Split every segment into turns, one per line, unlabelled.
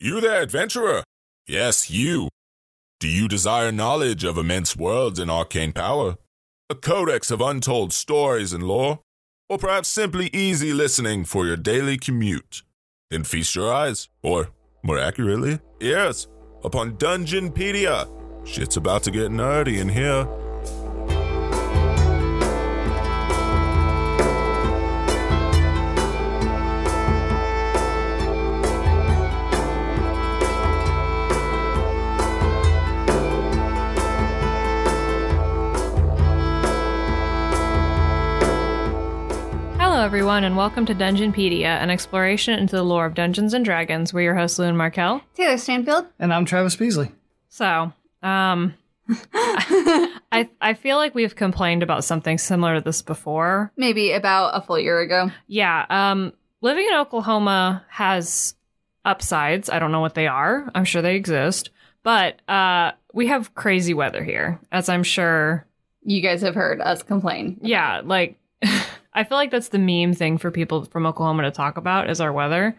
You there, adventurer? Yes, you. Do you desire knowledge of immense worlds and arcane power? A codex of untold stories and lore? Or perhaps simply easy listening for your daily commute? Then feast your eyes, or more accurately, ears, upon Dungeonpedia. Shit's about to get nerdy in here.
Hello, everyone, and welcome to Dungeonpedia, an exploration into the lore of Dungeons and Dragons. We're your hosts, Lou and Markel.
Taylor Stanfield.
And I'm Travis Beasley.
So, um, I I feel like we've complained about something similar to this before.
Maybe about a full year ago.
Yeah, um, living in Oklahoma has upsides. I don't know what they are. I'm sure they exist, but uh, we have crazy weather here, as I'm sure.
You guys have heard us complain.
Yeah, like I feel like that's the meme thing for people from Oklahoma to talk about is our weather.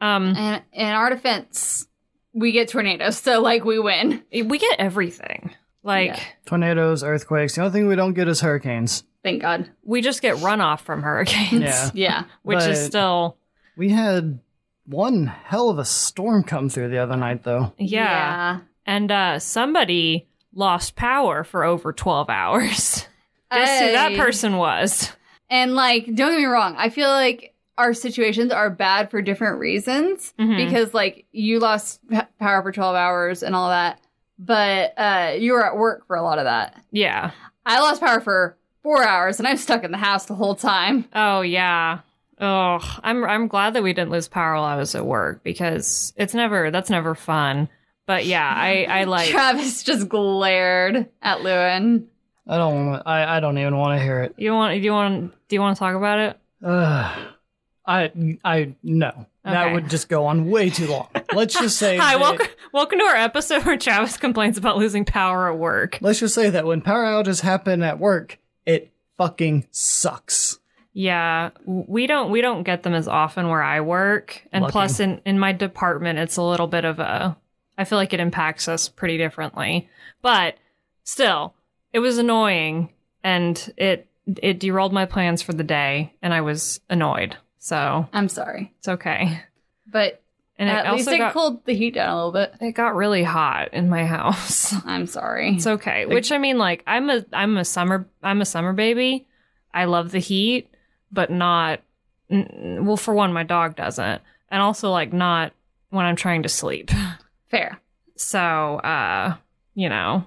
Um,
And in our defense, we get tornadoes, so like we win.
we get everything. Like
Yeah.
Tornadoes, earthquakes. The only thing we don't get is hurricanes.
Thank God.
we just get runoff from hurricanes,
Yeah.
Yeah.
which is
but-
still
We had one hell of a storm come through the other night, though.
yeah. And uh, somebody lost power for over twelve hours. Guess who that
Hey.
person was?
And like, don't get me wrong, I feel like our situations are bad for different reasons
Mhm.
because like you lost p- power for 12 hours and all that, but uh, you were at work for a lot of that.
Yeah.
I lost power for four hours and I'm stuck in the house the whole time.
Oh yeah. Oh, I'm I'm glad that we didn't lose power while I was at work because it's never that's never fun. But yeah, I I like
Travis just glared at Lewin.
I don't want. I, I don't even want to hear it.
you want do you want do you want to talk about it?
Ugh. I I no.
Okay.
That would just go on way too long. Let's just say.
Hi,
that-
welcome welcome to our episode where Travis complains about losing power at work.
Let's just say that when power outages happen at work, it fucking sucks.
Yeah, w- we don't we don't get them as often where I work, and
Lucky.
plus in in my department, it's a little bit of a. I feel like it impacts us pretty differently, but still, it was annoying, and it it derailed my plans for the day, and I was annoyed. So
I'm sorry.
it's okay.
But
And it
at least
also
it
got
cooled the heat down a little bit.
it got really hot in my house.
I'm sorry.
It's okay. Which I mean, like I'm a I'm a summer I'm a summer baby. I love the heat, but not n- well. For one, my dog doesn't, and also like not when I'm trying to sleep.
Fair.
So, uh, you know,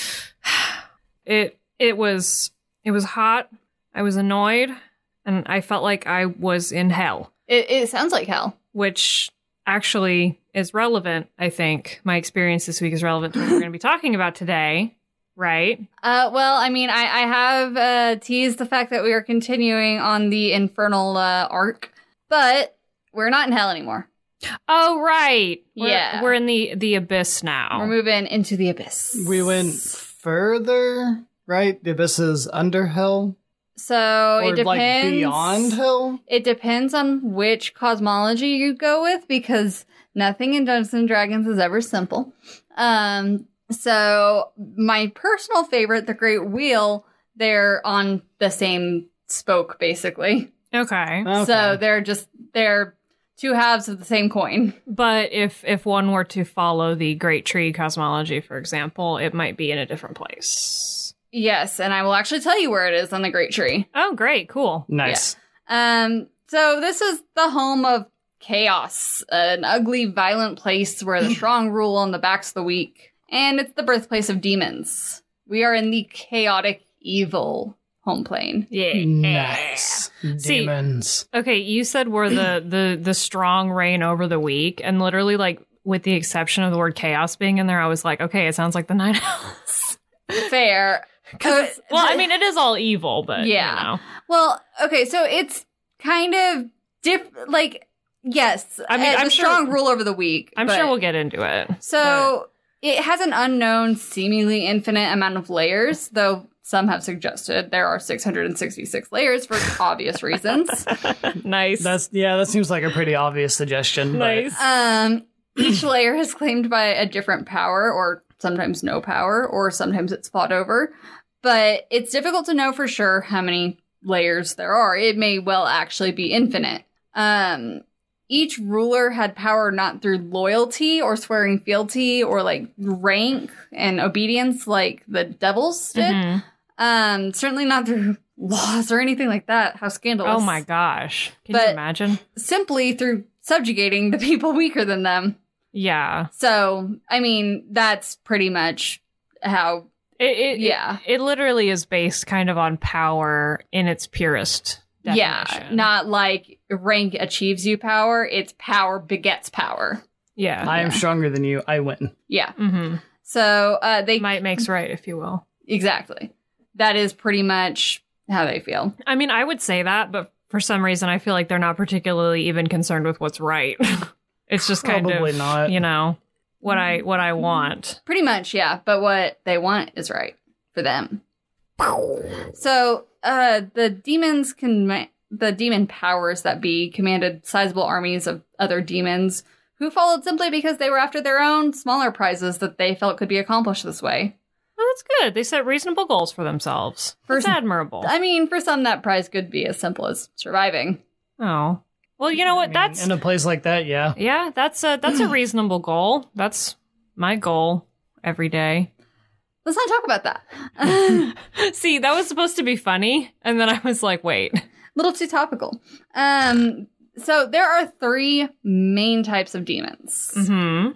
it it was it was hot. I was annoyed, and I felt like I was in hell,
It, it sounds like hell.
which actually is relevant. I think my experience this week is relevant to what we're going to be talking about today, right?
Uh, well, I mean, I, I have uh, teased the fact that we are continuing on the infernal uh, arc, but we're not in hell anymore.
Oh right. We're,
Yeah.
We're in the the abyss now.
We're moving into the abyss.
We went further, right? The abyss is under hell,
So
or
Oh, it depends.
like beyond hell.
It depends on which cosmology you go with because nothing in Dungeons and Dragons is ever simple. Um, so my personal favorite, the Great Wheel, they're on the same spoke basically.
okay.
So they're just they're two halves of the same coin.
But if if one were to follow the Great Tree cosmology, for example, it might be in a different place.
Yes, and I will actually tell you where it is on the Great Tree.
Oh great, cool.
nice.
Um, so this is the home of chaos, an ugly, violent place where the strong rule on the backs of the weak, and it's the birthplace of demons. We are in the chaotic, evil home plane.
Yeah.
Nice.
See-
Demons.
Okay, you said we're the the the strong reign over the weak, and literally like with the exception of the word chaos being in there, I was like, okay, it sounds like the night owls.
Fair. Uh,
well, I
the-
mean, it is all evil, but
Yeah.
yeah.
well, okay, so it's kind of diff. Like, yes,
I mean,
uh, the
I'm sure-
strong rule over the weak.
I'm
but-
sure we'll get into it.
So it has an unknown, seemingly infinite amount of layers, though Some have suggested there are 666 layers for obvious reasons.
nice.
That's yeah. That seems like a pretty obvious suggestion. but-
nice.
Um, each layer is claimed by a different power, or sometimes no power, or sometimes it's fought over. But it's difficult to know for sure how many layers there are. It may well actually be infinite. Um, each ruler had power not through loyalty or swearing fealty or like rank and obedience like the devils did.
Mhm.
Um, certainly not through laws or anything like that. How scandalous.
Oh my gosh. Can you
But-
imagine?
Simply through subjugating the people weaker than them.
Yeah.
So, I mean, that's pretty much how.
It, it,
Yeah.
It, it literally is based kind of on power in its purest
Yeah,
definition.
not like rank achieves you power. It's power begets power.
Yeah.
I am stronger than you. I win.
Yeah.
hmm
So uh, they
Might makes right, if you will.
exactly. That is pretty much how they feel.
I mean, I would say that, but for some reason, I feel like they're not particularly even concerned with what's right. it's just kind
Probably
of,
not.
you know, what I what
Mm-hmm.
I want.
Pretty much, yeah. But what they want is right for them. So uh, the demons can the demon powers that be commanded sizable armies of other demons who followed simply because they were after their own smaller prizes that they felt could be accomplished this way.
Well, that's good. They set reasonable goals for themselves.
First-
that's admirable.
I mean, for some, that prize could be as simple as surviving.
oh, well, you know
I
what?
mean,
that's
in a place like that. Yeah.
yeah. That's a that's a reasonable goal. That's my goal every day.
Let's not talk about that.
See, that was supposed to be funny, and then I was like, wait.
little too topical. Um, so there are three main types of demons.
Hmm.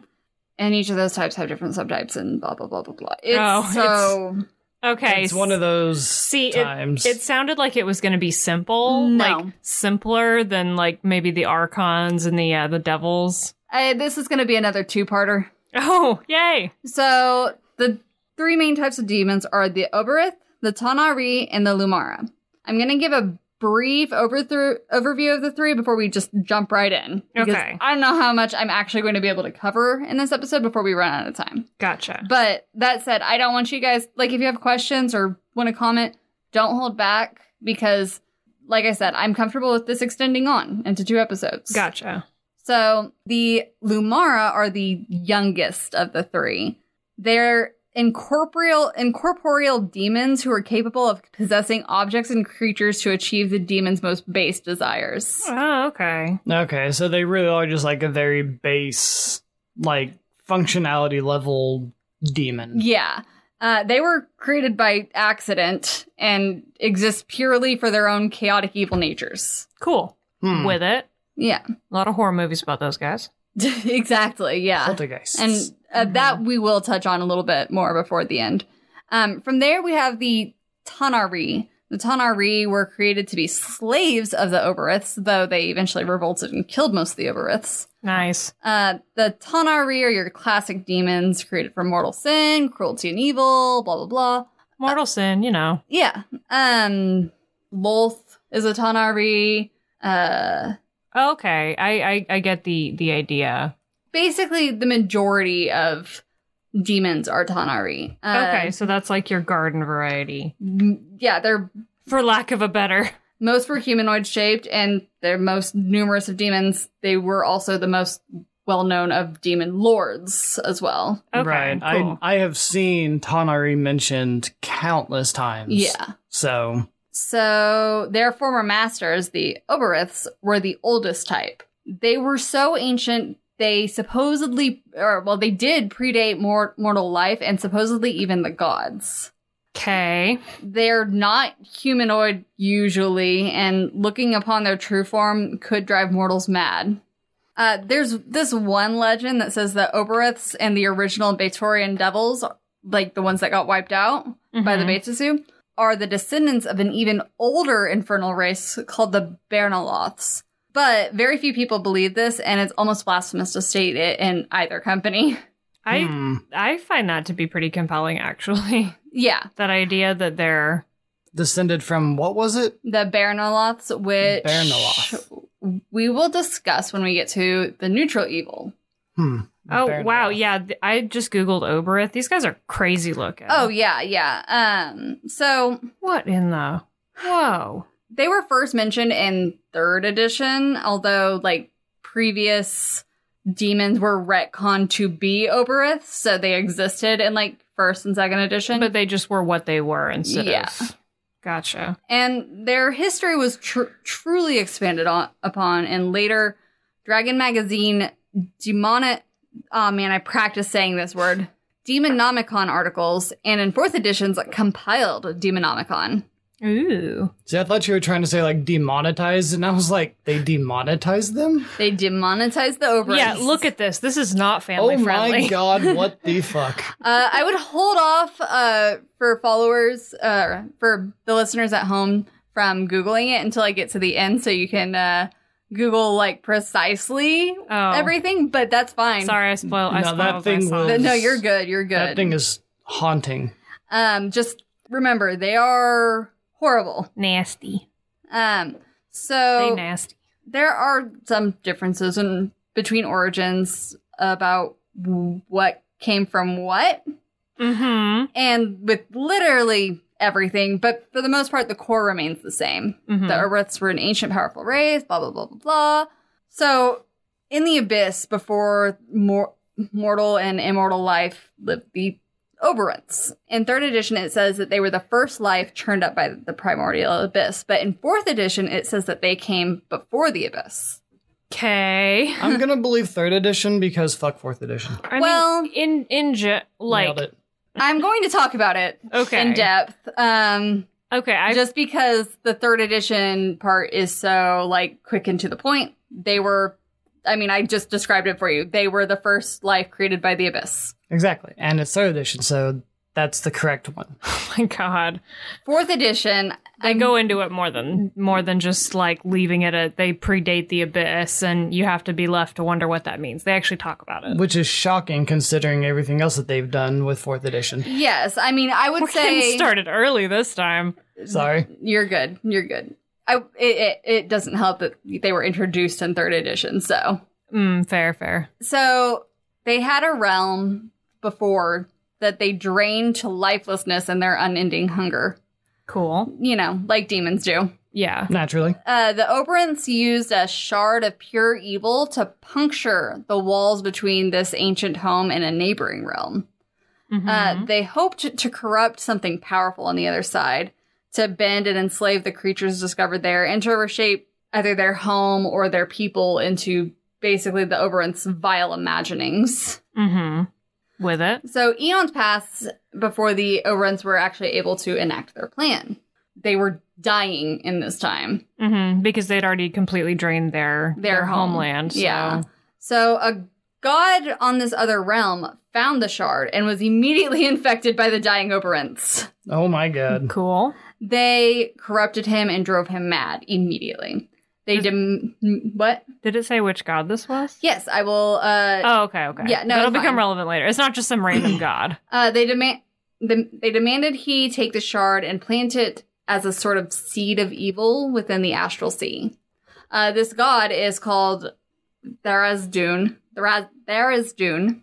and each of those types have different subtypes and blah blah blah blah blah. It's
Oh,
so
Okay.
It's one of those
See, it-
times.
It sounded like it was going to be simple,
No.
like simpler than like maybe the archons and the uh, the devils.
I, this is going to be another two-parter.
Oh, yay!
So the three main types of demons are the Oberith, the Tanari, and the Lumara. I'm going to give a brief overthrough, overview of the three before we just jump right in. because
Okay.
I don't know how much I'm actually going to be able to cover in this episode before we run out of time.
Gotcha.
But that said, I don't want you guys like if you have questions or want to comment, don't hold back because like I said, I'm comfortable with this extending on into two episodes.
Gotcha.
So the Lumara are the youngest of the three. They're incorporeal incorporeal demons who are capable of possessing objects and creatures to achieve the demon's most base desires.
Oh, okay.
okay, so they really are just like a very base, like functionality level demon.
Yeah. Uh, they were created by accident and exist purely for their own chaotic evil natures.
Cool.
Hmm.
With it.
Yeah,
A lot of horror movies about those guys.
exactly. Yeah.
poltergeists.
And uh, that we will touch on a little bit more before the end. Um, from there, we have the Tanari. The Tanari were created to be slaves of the Oberiths, though they eventually revolted and killed most of the Oberiths.
Nice.
Uh, the Tanari are your classic demons created for mortal sin, cruelty, and evil, blah, blah, blah.
Mortal sin, you know.
Yeah. Um, Lolth is a Tanari. Uh,
Okay, I I, I get the the idea.
basically, the majority of demons are Tanari. Uh,
okay, so that's like your garden variety,
m- Yeah, they're
for lack of a better.
most were humanoid shaped, and they're most numerous of demons. They were also the most well known of demon lords as well.
Okay,
right.
cool.
I I have seen Tanari mentioned countless times.
Yeah.
So
So their former masters, the Oberiths, were the oldest type. They were so ancient, they supposedly, or well, they did predate mor- mortal life and supposedly even the gods.
okay.
They're not humanoid usually, and looking upon their true form could drive mortals mad. Uh, there's this one legend that says that Oberiths and the original Batorian devils, like the ones that got wiped out, by the
Mhm.
Betusu are the descendants of an even older infernal race called the Bernoloths. But very few people believe this, and it's almost blasphemous to state it in either company.
I
hmm,
I find that to be pretty compelling, actually.
yeah,
That idea that they're
descended from what was it?
the Bernoloths, which
Bernoloth.
we will discuss when we get to the neutral evil.
Hmm.
Oh
Baron
wow,
Roth.
yeah. th- I just googled Oberith. These guys are crazy looking.
Oh yeah, yeah. Um, so
what in the whoa?
they were first mentioned in third edition, although like previous demons were retconned to be Oberith, so they existed in like first and second edition.
But they just were what they were instead
Yeah.
of. Gotcha.
and their history was tr- truly expanded on- upon in later Dragon Magazine demonic. Oh man, I practice saying this word. Demonomicon articles, and in fourth editions compiled Demonomicon.
Ooh.
See, I thought you were trying to say like demonetized, and I was like, they demonetized them.
They demonetized the Oberith.
Yeah, look at this. This is not family
oh
friendly.
my god, what the fuck?
Uh, I would hold off uh, for followers, uh, for the listeners at home from Googling it until I get to the end so you can uh, Google like precisely
Oh.
everything, but that's fine.
Sorry, I spoiled. I
No,
spoiled
that thing
myself.
was-
But no, you're good. You're good.
That thing is haunting.
um, just remember, they are horrible.
nasty.
Um, so
They nasty.
there are some differences in between origins about w- what came from what.
Mm-hmm.
and with literally everything, but for the most part, the core remains the same.
Mhm.
The Earths were an ancient, powerful race, blah, blah, blah, blah, blah. So, in the abyss, before mor- mortal and immortal life lived the Oberants. In third edition, it says that they were the first life churned up by the primordial abyss, but in fourth edition, it says that they came before the abyss.
Okay.
I'm gonna believe third edition because fuck fourth edition.
I mean,
Well-
in in ge- like
Nailed it.
I'm going to talk about it
okay,
in depth. Um,
Okay, I
just because the third edition part is so like quick and to the point they were i mean i just described it for you they were the first life created by the abyss
Exactly, and it's third edition, so that's the correct one.
oh my god,
fourth edition
they go into it more than more than just like leaving it at they predate the abyss, and you have to be left to wonder what that means. They actually talk about it.
Which is shocking considering everything else that they've done with fourth edition.
yes i mean i would
We're
say
getting started early this time.
Sorry.
you're good you're good I, it, it, it doesn't help that they were introduced in third edition so
Mm, fair, fair.
so they had a realm before that they drained to lifelessness in their unending hunger
Cool.
you know like demons do
Yeah.
Naturally.
Uh, the Oberants used a shard of pure evil to puncture the walls between this ancient home and a neighboring realm. Uh,
Mhm.
they hoped to corrupt something powerful on the other side, to bend and enslave the creatures discovered there, and to reshape either their home or their people into basically the Oberants' vile imaginings.
Mhm. With it.
So eons passed before the Oberants were actually able to enact their plan. They were dying in this time.
hmm Because they'd already completely drained their
Their home.
homeland. so-
Yeah. So a god on this other realm found the shard and was immediately infected by the dying Oberants.
Oh my god.
Cool.
They corrupted him and drove him mad immediately. They
Is-
dem- what?
Did it say which god this was?
Yes, I will. Uh,
Oh, okay, okay.
Yeah, no,
that'll
it's
become
fine.
relevant later. It's not just some random god.
uh, they demand. The, they demanded he take the shard and plant it as a sort of seed of evil within the astral sea. Uh, this god is called Tharazdun. Thara- Tharazdun,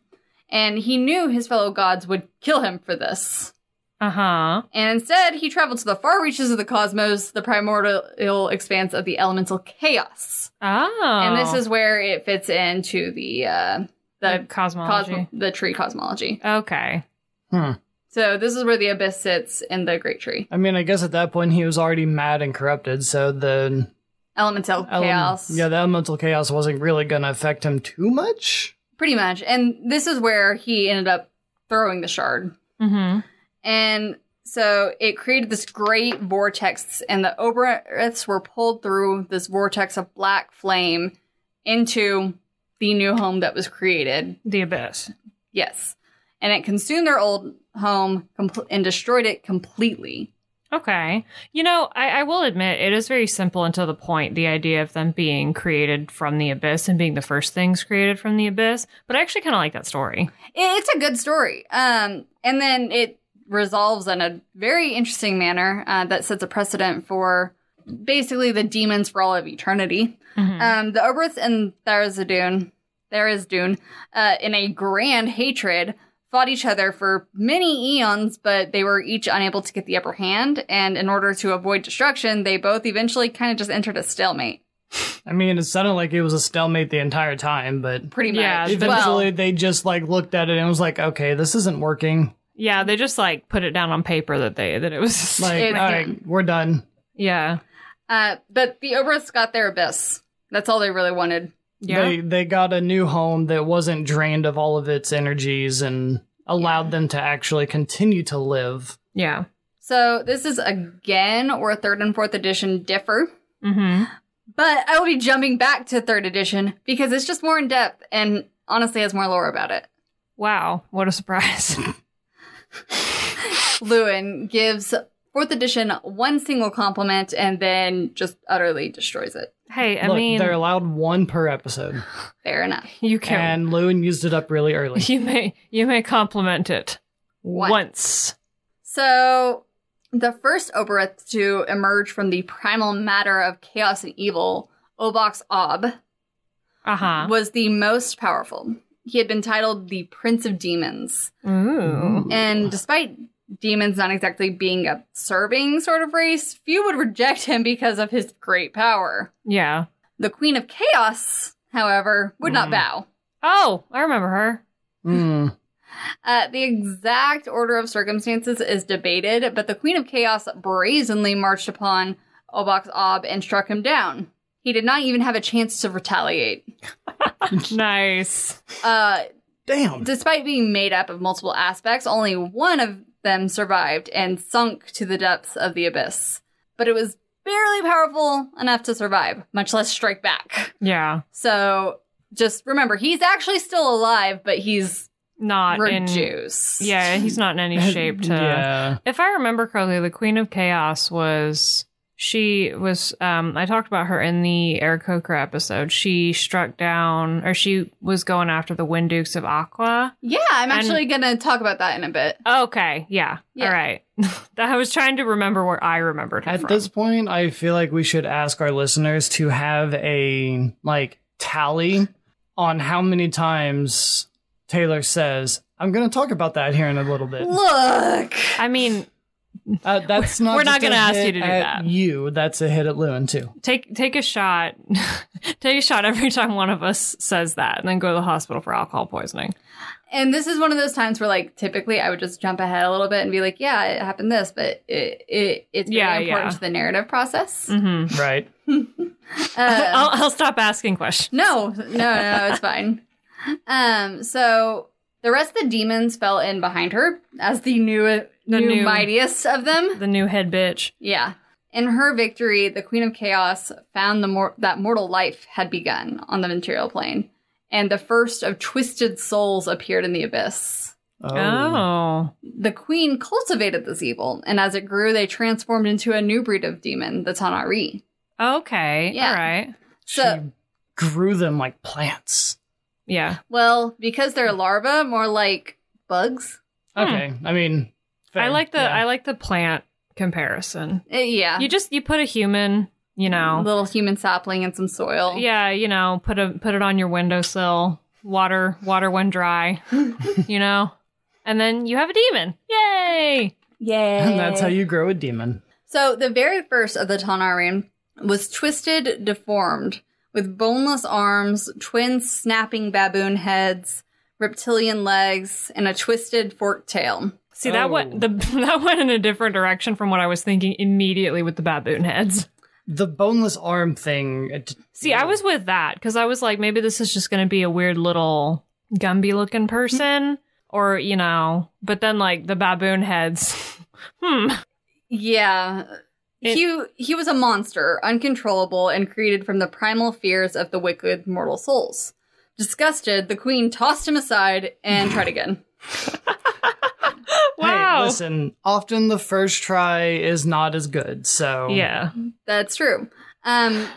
and he knew his fellow gods would kill him for this.
Uh huh.
And instead, he traveled to the far reaches of the cosmos, the primordial expanse of the elemental chaos.
Oh,
And this is where it fits into the uh,
the
the
cosmology.
cosmo- the tree cosmology.
okay.
Hmm.
So this is where the abyss sits in the great tree.
I mean, I guess at that point he was already mad and corrupted, so the
Elemental
ele-
chaos.
yeah, the elemental chaos wasn't really gonna affect him too much.
pretty much. And this is where he ended up throwing the shard.
Mm-hmm.
And so it created this great vortex, and the Obereths were pulled through this vortex of black flame into the new home that was created
The abyss.
Yes. And it consumed their old home compl- and destroyed it completely.
Okay. You know, I, I will admit it is very simple and to the point. The idea of them being created from the abyss and being the first things created from the abyss. But I actually kind of like that story.
I- It's a good story. Um, and then it resolves in a very interesting manner uh, that sets a precedent for basically the demons for all of eternity.
Mhm.
Um, the Oberth and Tharazadun there is Dune, uh, in a grand hatred, fought each other for many eons, but they were each unable to get the upper hand. And in order to avoid destruction, they both eventually kind of just entered a stalemate,
I mean, it sounded like it was a stalemate the entire time, but
pretty much.
Yeah,
eventually
well,
they just like looked at it and was like, okay, this isn't working.
Yeah, they just like put it down on paper that they that it was
Like,
It's-
all right, we're done.
yeah.
uh, but the Obersts got their abyss. That's all they really wanted.
Yeah.
They they got a new home that wasn't drained of all of its energies and allowed them to actually continue to live.
yeah.
So this is again where third and fourth edition differ.
Mhm.
But I will be jumping back to third edition because it's just more in depth and honestly has more lore about it.
Wow, what a surprise.
Lewin gives fourth edition one single compliment and then just utterly destroys it.
hey, I
Look,
mean
they're allowed one per episode,
Fair enough.
you can
and Lewin used it up really early.
you may you may compliment it
Once.
once.
So the first Oberith to emerge from the primal matter of chaos and evil, Obox Ob,
Uh-huh.
was the most powerful. He had been titled the Prince of Demons.
Mm-hmm. Mm.
Ooh.
And despite demons not exactly being a serving sort of race, few would reject him because of his great power.
Yeah.
The Queen of Chaos, however, would not
Mm.
bow.
Oh, I remember her.
Mm.
Uh, the exact order of circumstances is debated, but the Queen of Chaos brazenly marched upon Obox Ob and struck him down. He did not even have a chance to retaliate.
Nice.
Uh,
Damn.
Despite being made up of multiple aspects, only one of them survived and sunk to the depths of the abyss. But it was barely powerful enough to survive, much less strike back.
Yeah.
So just remember, he's actually still alive, but he's
Not in
reduced.
Yeah, he's not in any shape to
Yeah.
If I remember correctly, the Queen of Chaos was she was um I talked about her in the Eric Coker episode. She struck down or she was going after the Wind Dukes of Aqua.
Yeah, I'm
And-
actually going to talk about that in a bit.
Okay, yeah.
Yeah.
All right. I was trying to remember where I remembered her
At
from.
this point, I feel like we should ask our listeners to have a like tally on how many times Taylor says, "I'm going to talk about that here in a little bit."
Look!
I mean,
Uh, that's not.
We're not
just a
gonna ask you
hit
to do
at
that.
You. That's a hit at Lewin too.
take take a shot. take a shot every time one of us says that and then go to the hospital for alcohol poisoning.
And this is one of those times where, like, typically I would just jump ahead a little bit and be like, yeah, it happened this, but it, it, it's very
Yeah,
important
yeah.
to the narrative process.
Mhm.
Right.
Uh,
I'll, I'll stop asking questions.
No, no, no, it's fine. Um, so the rest of the demons fell in behind her as the new, new,
new-
mightiest of them.
The new head bitch.
Yeah. In her victory, the Queen of Chaos found the mor- that mortal life had begun on the material plane, and the first of twisted souls appeared in the abyss.
oh.
The Queen cultivated this evil, and as it grew, they transformed into a new breed of demon, the Tanari.
Oh. Okay.
Yeah.
All right.
she
so-
grew them like plants.
Yeah.
Well, because they're larvae, more like bugs.
Hmm.
Okay. I mean,
I
fair.
like the
Yeah.
I like the plant comparison.
Uh, yeah.
You just you put a human, you know.
little human sapling and some soil.
Yeah, you know, put a put it on your windowsill, water water when dry, you know. And then you have a demon. Yay!
Yay.
and that's how you grow a demon.
So the very first of the Tanarin was twisted, deformed, with boneless arms, twin snapping baboon heads, reptilian legs, and a twisted forked tail.
See that
Oh.
went the that went in a different direction from what I was thinking immediately with the baboon heads.
The boneless arm thing. It,
See, I was with that because I was like, maybe this is just going to be a weird little Gumby looking person, or you know. But then like the baboon heads, hmm.
Yeah.
It-
he he was a monster, uncontrollable and created from the primal fears of the wicked mortal souls. Disgusted, the queen tossed him aside and tried again.
Wow.
Hey, listen. Often the first try is not as good. So
Yeah.
That's true. Um,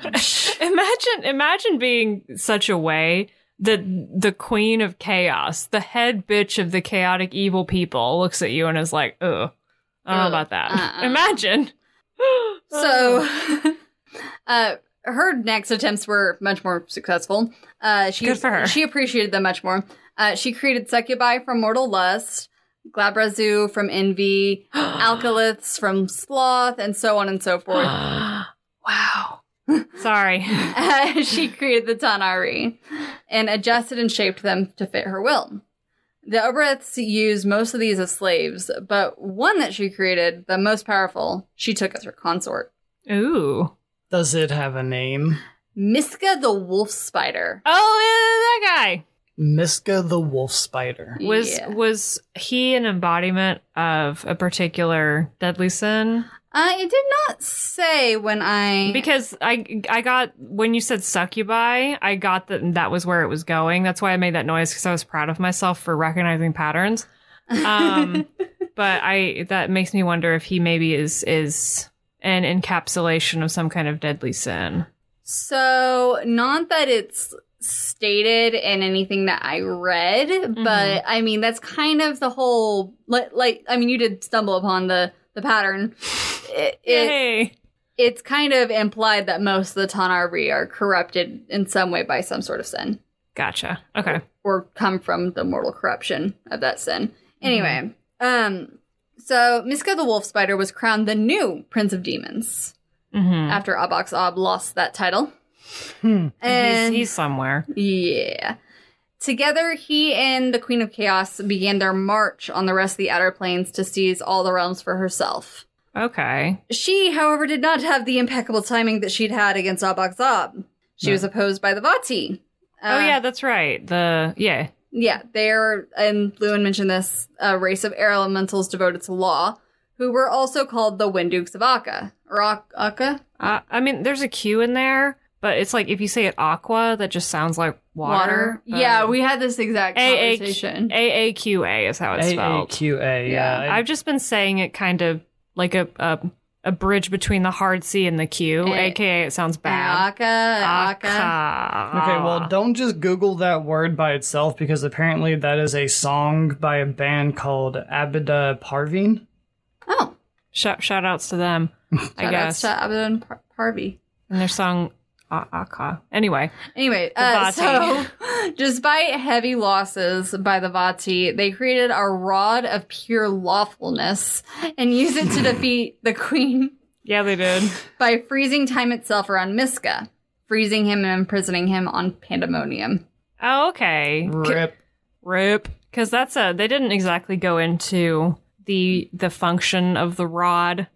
Imagine imagine being such a way that the queen of chaos, the head bitch of the chaotic evil people, looks at you and is like, ugh. I don't know
Uh-uh.
Ugh,
about that.
uh-uh.
Imagine.
So, uh, her next attempts were much more successful. Uh, she,
Good for her.
She appreciated them much more. Uh, she created Succubi from Mortal Lust, Glabrazu from Envy, Alkaliths from Sloth, and so on and so forth.
wow. Sorry.
Uh, she created the Tanari and adjusted and shaped them to fit her will. The Obereths used most of these as slaves, but one that she created, the most powerful, she took as her consort.
Ooh.
Does it have a name?
Miska the Wolf Spider.
Oh, yeah, that guy.
Miska the Wolf Spider.
Was
Yeah.
was he an embodiment of a particular deadly sin?
Uh, it did not say when I
Because I I got when you said succubi, I got that that was where it was going. That's why I made that noise because I was proud of myself for recognizing patterns. Um, but I that makes me wonder if he maybe is is an encapsulation of some kind of deadly sin.
so not that it's stated in anything that I read, but I mean that's kind of the whole like, like I mean you did stumble upon the the pattern. It, it
Yay!
it's kind of implied that most of the Tanari are corrupted in some way by some sort of sin
Gotcha. Okay.
or come from the mortal corruption of that sin. Anyway, um so Miska the Wolf Spider was crowned the new Prince of Demons.
Mm-hmm.
after Abox Ob lost that title.
Hmm.
And
he's, he's somewhere.
yeah. Together, he and the Queen of Chaos began their march on the rest of the Outer Planes to seize all the realms for herself.
Okay.
She, however, did not have the impeccable timing that she'd had against Abox Ob. She
No.
was opposed by the Vati.
oh
Uh,
yeah, that's right. The yeah.
Yeah, they're, and Lewin mentioned this, a race of air elementals devoted to law, who were also called the Wind Dukes of Akka. Or Ak- Akka?
Uh, I mean, there's a Q in there, but it's like if you say it aqua, that just sounds like water. but-
Yeah, we had this exact
A A Q-
conversation.
AAQA is how it's spelled.
AAQA. Yeah.
I've just been saying it kind of like a a, a bridge between the hard C and the Q,
A-
aka it sounds bad.
Aka, Aka.
Aka.
okay, well, don't just Google that word by itself because apparently that is a song by a band called Abida Parveen.
Oh,
shout shout outs to them, I
shout outs
guess,
to Abaddon Par- Parvy.
and their song A- Aka. Anyway,
Anyway, uh, so
Vati.
despite heavy losses by the Vati, they created a rod of pure lawfulness and used it to defeat the queen
yeah, they did.
by freezing time itself around Miska, freezing him and imprisoning him on Pandemonium.
Oh, okay.
Rip.
Rip. Because that's a they didn't exactly go into the the function of the rod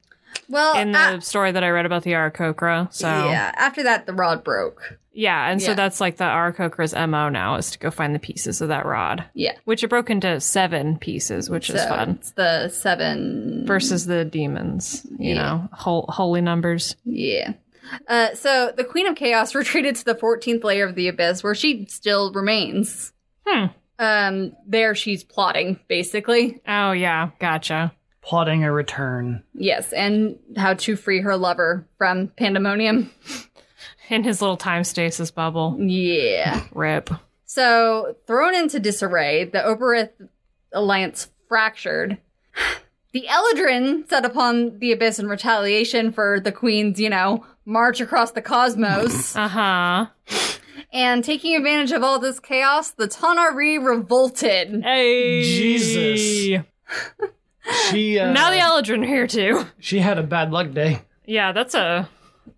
Well,
in the
a-
story that I read about the Arakokra. So yeah,
Oh, yeah, after that, the rod broke.
and
Yeah.
so that's like the Arakokra's mo now is to go find the pieces of that rod,
Yeah,
which are broken into seven pieces, which is
so
fun.
It's the seven
Versus the demons, you
Yeah.
know, whole, holy numbers.
Yeah. Uh, so the Queen of Chaos retreated to the 14th layer of the Abyss, where she still remains.
Hmm.
Um, there she's plotting, basically.
Oh yeah, gotcha.
Plotting a return.
Yes, and how to free her lover from pandemonium.
In his little time stasis bubble.
Yeah.
Rip.
So thrown into disarray, the Oberith alliance fractured. The Eldrin set upon the Abyss in retaliation for the Queen's, you know, march across the cosmos.
Uh huh.
And taking advantage of all this chaos, the Tanari revolted.
Hey.
Jesus. She uh,
Now the Eldrin are here too.
she had a bad luck day.
Yeah, that's a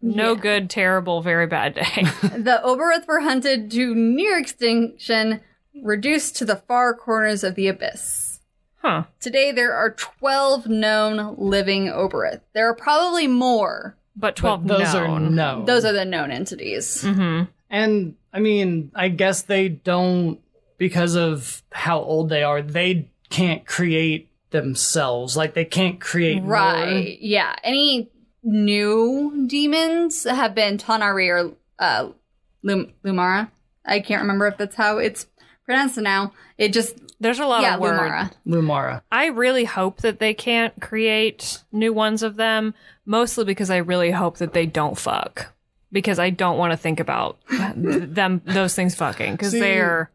no
Yeah.
good, terrible, very bad day.
The Oberith were hunted to near extinction, reduced to the far corners of the abyss.
huh.
Today, there are 12 known living Oberith. There are probably more.
But
But
12
those are
known.
no.
Those are the known entities.
Mhm.
And I mean, I guess they don't because of how old they are. They can't create themselves. Like they can't create more.
Right. Yeah. Any new demons have been Tanari or uh, Lum- Lumara. I can't remember if that's how it's pronounced now. It just,
There's a lot
yeah,
of words.
Lumara.
Lumara.
I really hope that they can't create new ones of them, mostly because I really hope that they don't fuck. Because I don't want to think about th- them, those things fucking, because
See-
they're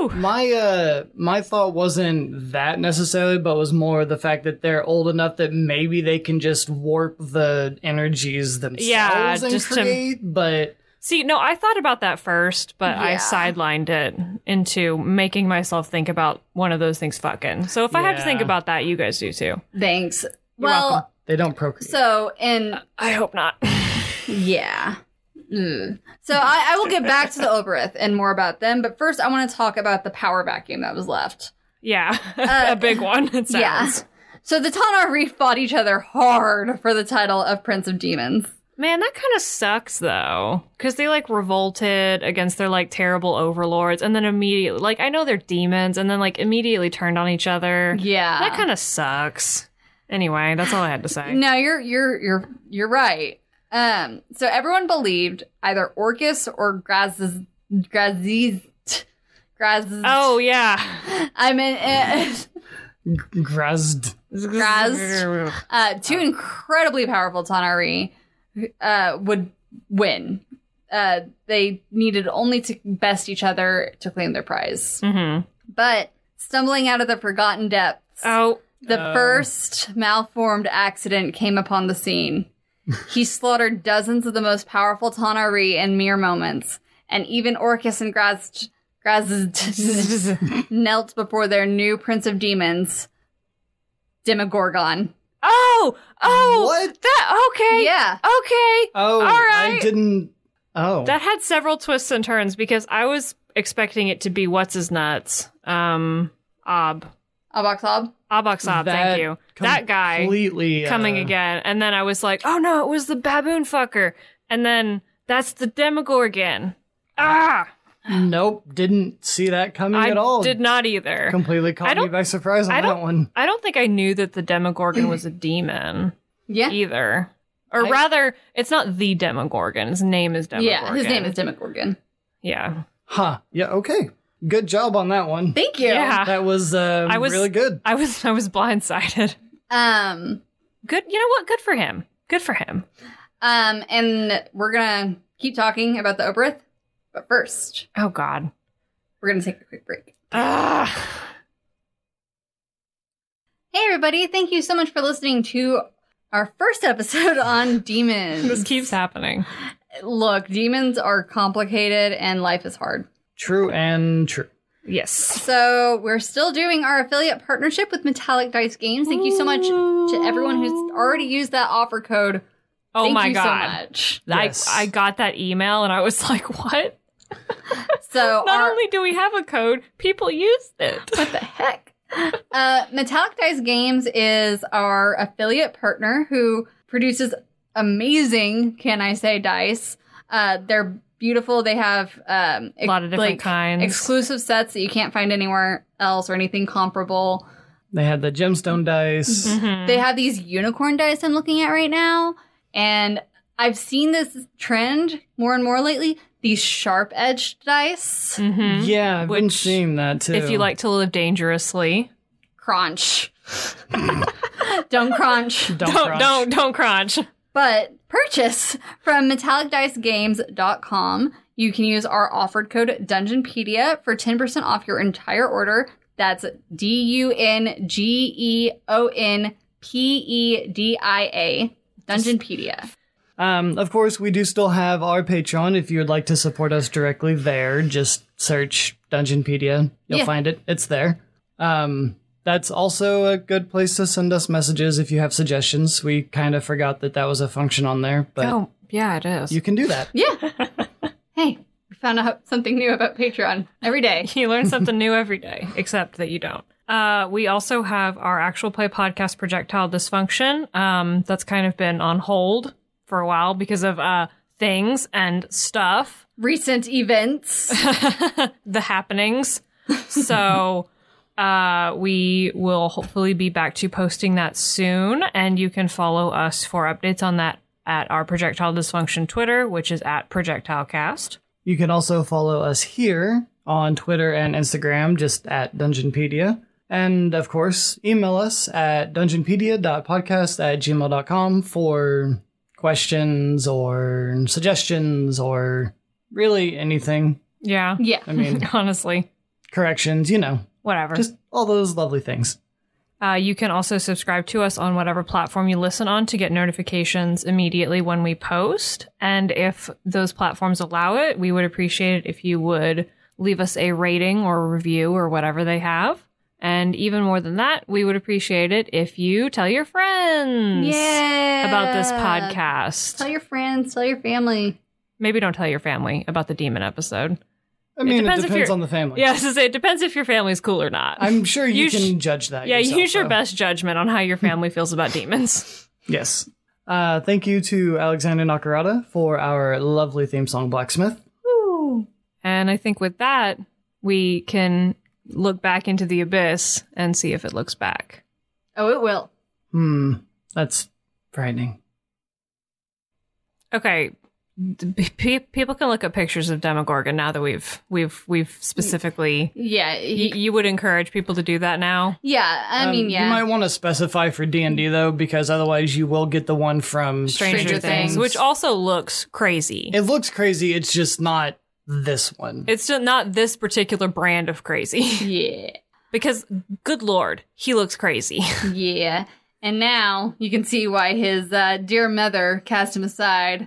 Woo!
My uh my thought wasn't that necessarily, but was more the fact that they're old enough that maybe they can just warp the energies themselves
Yeah,
and
just to-
create, but
See, no, I thought about that first, but I
Yeah.
sidelined it into making myself think about one of those things fucking. So if I have to think
Yeah.
about that, you guys do too.
Thanks.
You're
well,
welcome. they don't procreate.
so in
I hope not.
yeah. Mm. So I, I will get back to the Oberith and more about them, but first I want to talk about the power vacuum that was left.
yeah,
Uh,
a big one. It
yeah.
sounds.
So the Tanar Reef fought each other hard for the title of Prince of Demons.
Man, that kind of sucks though, because they like revolted against their like terrible overlords, and then immediately, like, I know they're demons, and then like immediately turned on each other.
Yeah.
That kind of sucks. Anyway, that's all I had to say.
No, you're you're you're you're right. Um, so everyone believed either Orcus or Graz's Graziz Graz.
Oh yeah,
I mean, uh,
Grazd.
Grazed. uh, two incredibly powerful Tanari uh, would win. Uh, they needed only to best each other to claim their prize.
hmm
But stumbling out of the forgotten depths,
Oh,
The
Oh.
first malformed accident came upon the scene. he slaughtered dozens of the most powerful Tanari in mere moments, and even Orcus and Grazd, Grazd knelt before their new Prince of Demons, Demogorgon.
oh, oh.
What?
That okay?
Yeah.
Okay. All
Oh, I
right.
didn't. Oh,
That had several twists and turns because I was expecting it to be what's his nuts. Um, Ob.
Aboxob?
Aboxob, Ah,
That
thank you. That guy.
completely uh,
coming again. And then I was like, oh no, it was the baboon fucker. And then that's the Demogorgon. Ah,
Nope, didn't see that coming
I
at all.
did not either.
completely
I
caught me
don't-
by surprise on
I
that
don't-
one.
I don't think I knew that the Demogorgon was a demon
Yeah.
either. Or
I-
rather, it's not the Demogorgon. His name is Demogorgon.
Yeah, his name is Demogorgon.
Yeah.
Huh? Yeah. Okay. Good job on that one.
Thank you.
Yeah.
That was, uh,
I was-
really good.
I was I was blindsided.
Um,
Good. You know what? Good for him. Good for him.
um, and we're going to keep talking about the Oberith, but first,
Oh God. Ah.
we're going to take a quick break.
Ugh.
Hey, everybody. Thank you so much for listening to our first episode on demons.
This keeps happening.
Look, demons are complicated and life is hard.
True and true.
Yes.
So, we're still doing our affiliate partnership with Metallic Dice Games. Thank you so much to everyone who's already used that offer code.
Oh
Thank
my
you
God.
so much.
I,
Yes.
I got that email and I was like, what?
So,
Not
our,
only do we have a code, people use it.
what the heck? Uh, Metallic Dice Games is our affiliate partner who produces amazing, can I say, dice. Uh, they're beautiful. They have um,
a lot of different
like,
kinds.
exclusive sets that you can't find anywhere else or anything comparable.
They had the gemstone dice.
Mhm.
They have these unicorn dice I'm looking at right now, and I've seen this trend more and more lately. These sharp edged dice,
Mhm.
Yeah, I've been
Which,
seeing that too.
If you like to live dangerously,
crunch. Don't crunch.
don't
don't
crotch.
don't don't crunch.
But purchase from metallicdicegames.com. You can use our offered code Dungeonpedia for 10% off your entire order. That's D U N G E O N P E D I A. Dungeonpedia.
Um, of course, we do still have our Patreon. If you'd like to support us directly there, just search Dungeonpedia. You'll
Yeah.
find it. It's there. Um, that's also a good place to send us messages if you have suggestions. We kind of forgot that that was a function on there, but
oh, yeah, it is.
you
You,
can do that.
Yeah. hey, we found out something new about Patreon every day.
learn something new every day, except that you don't. Uh, we also have our actual play podcast, Projectile Dysfunction. Um, that's kind of been on hold for a while because of uh, things and stuff.
Recent events.
the happenings. So uh, we will hopefully be back to posting that soon. And you can follow us for updates on that at our Projectile Dysfunction Twitter, which is at ProjectileCast.
You can also follow us here on Twitter and Instagram, just at Dungeonpedia. And of course, email us at dungeonpedia.podcast at gmail.com for questions or suggestions or really anything.
Yeah.
yeah.
I mean,
Honestly.
corrections, you know,
Whatever.
just all those lovely things.
Uh, you can also subscribe to us on whatever platform you listen on to get notifications immediately when we post. And if those platforms allow it, we would appreciate it if you would leave us a rating or a review or whatever they have. And even more than that, we would appreciate it if you tell your friends
Yeah.
about this
Tell
podcast.
your friends, tell your family.
Maybe don't tell your family about the demon episode.
I mean, it
depends
depends,
if you're-
on the family.
Yeah, I was gonna say, it depends if your family's cool or not.
I'm sure you,
You sh-
can judge that.
yeah,
yourself,
use your
though.
best judgment on how your family feels about demons.
Yes. Uh, thank you to Alexander Nakarada for our lovely theme song, Blacksmith.
And I think with that, we can look back into the abyss and see if it looks back.
Oh, it will.
Hmm, that's frightening.
Okay, d- pe- people can look at pictures of Demogorgon now that we've we've we've specifically.
Yeah.
You,
y-
you would encourage people to do that now.
yeah. I
Um,
mean,
You
yeah.
might want to specify for D and D though, because otherwise you will get the one from
Stranger,
Stranger
things,
Things.
which also looks crazy.
It looks crazy. It's just not this one.
it's just not this particular brand of crazy
yeah.
because, good lord, he looks crazy.
Yeah. And now you can see why his uh, dear mother cast him aside.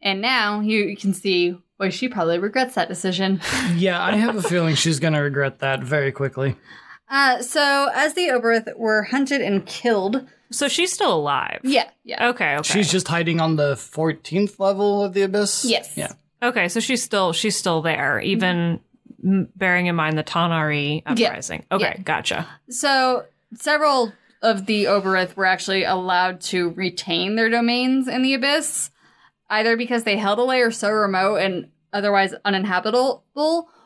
And now you can see why she probably regrets that decision.
yeah, I have a feeling she's going to regret that very quickly.
Uh, so, as the Oberth were hunted and killed. Oh.
So she's still alive.
Yeah. Yeah.
Okay. Okay.
She's just hiding on the 14th level of the abyss.
Yes.
Yeah.
Okay, so she's still she's still there, even m bearing in mind the Tanari
Yeah.
uprising. Okay, gotcha.
So, several of the Oberith were actually allowed to retain their domains in the Abyss, either because they held a layer so remote and otherwise uninhabitable,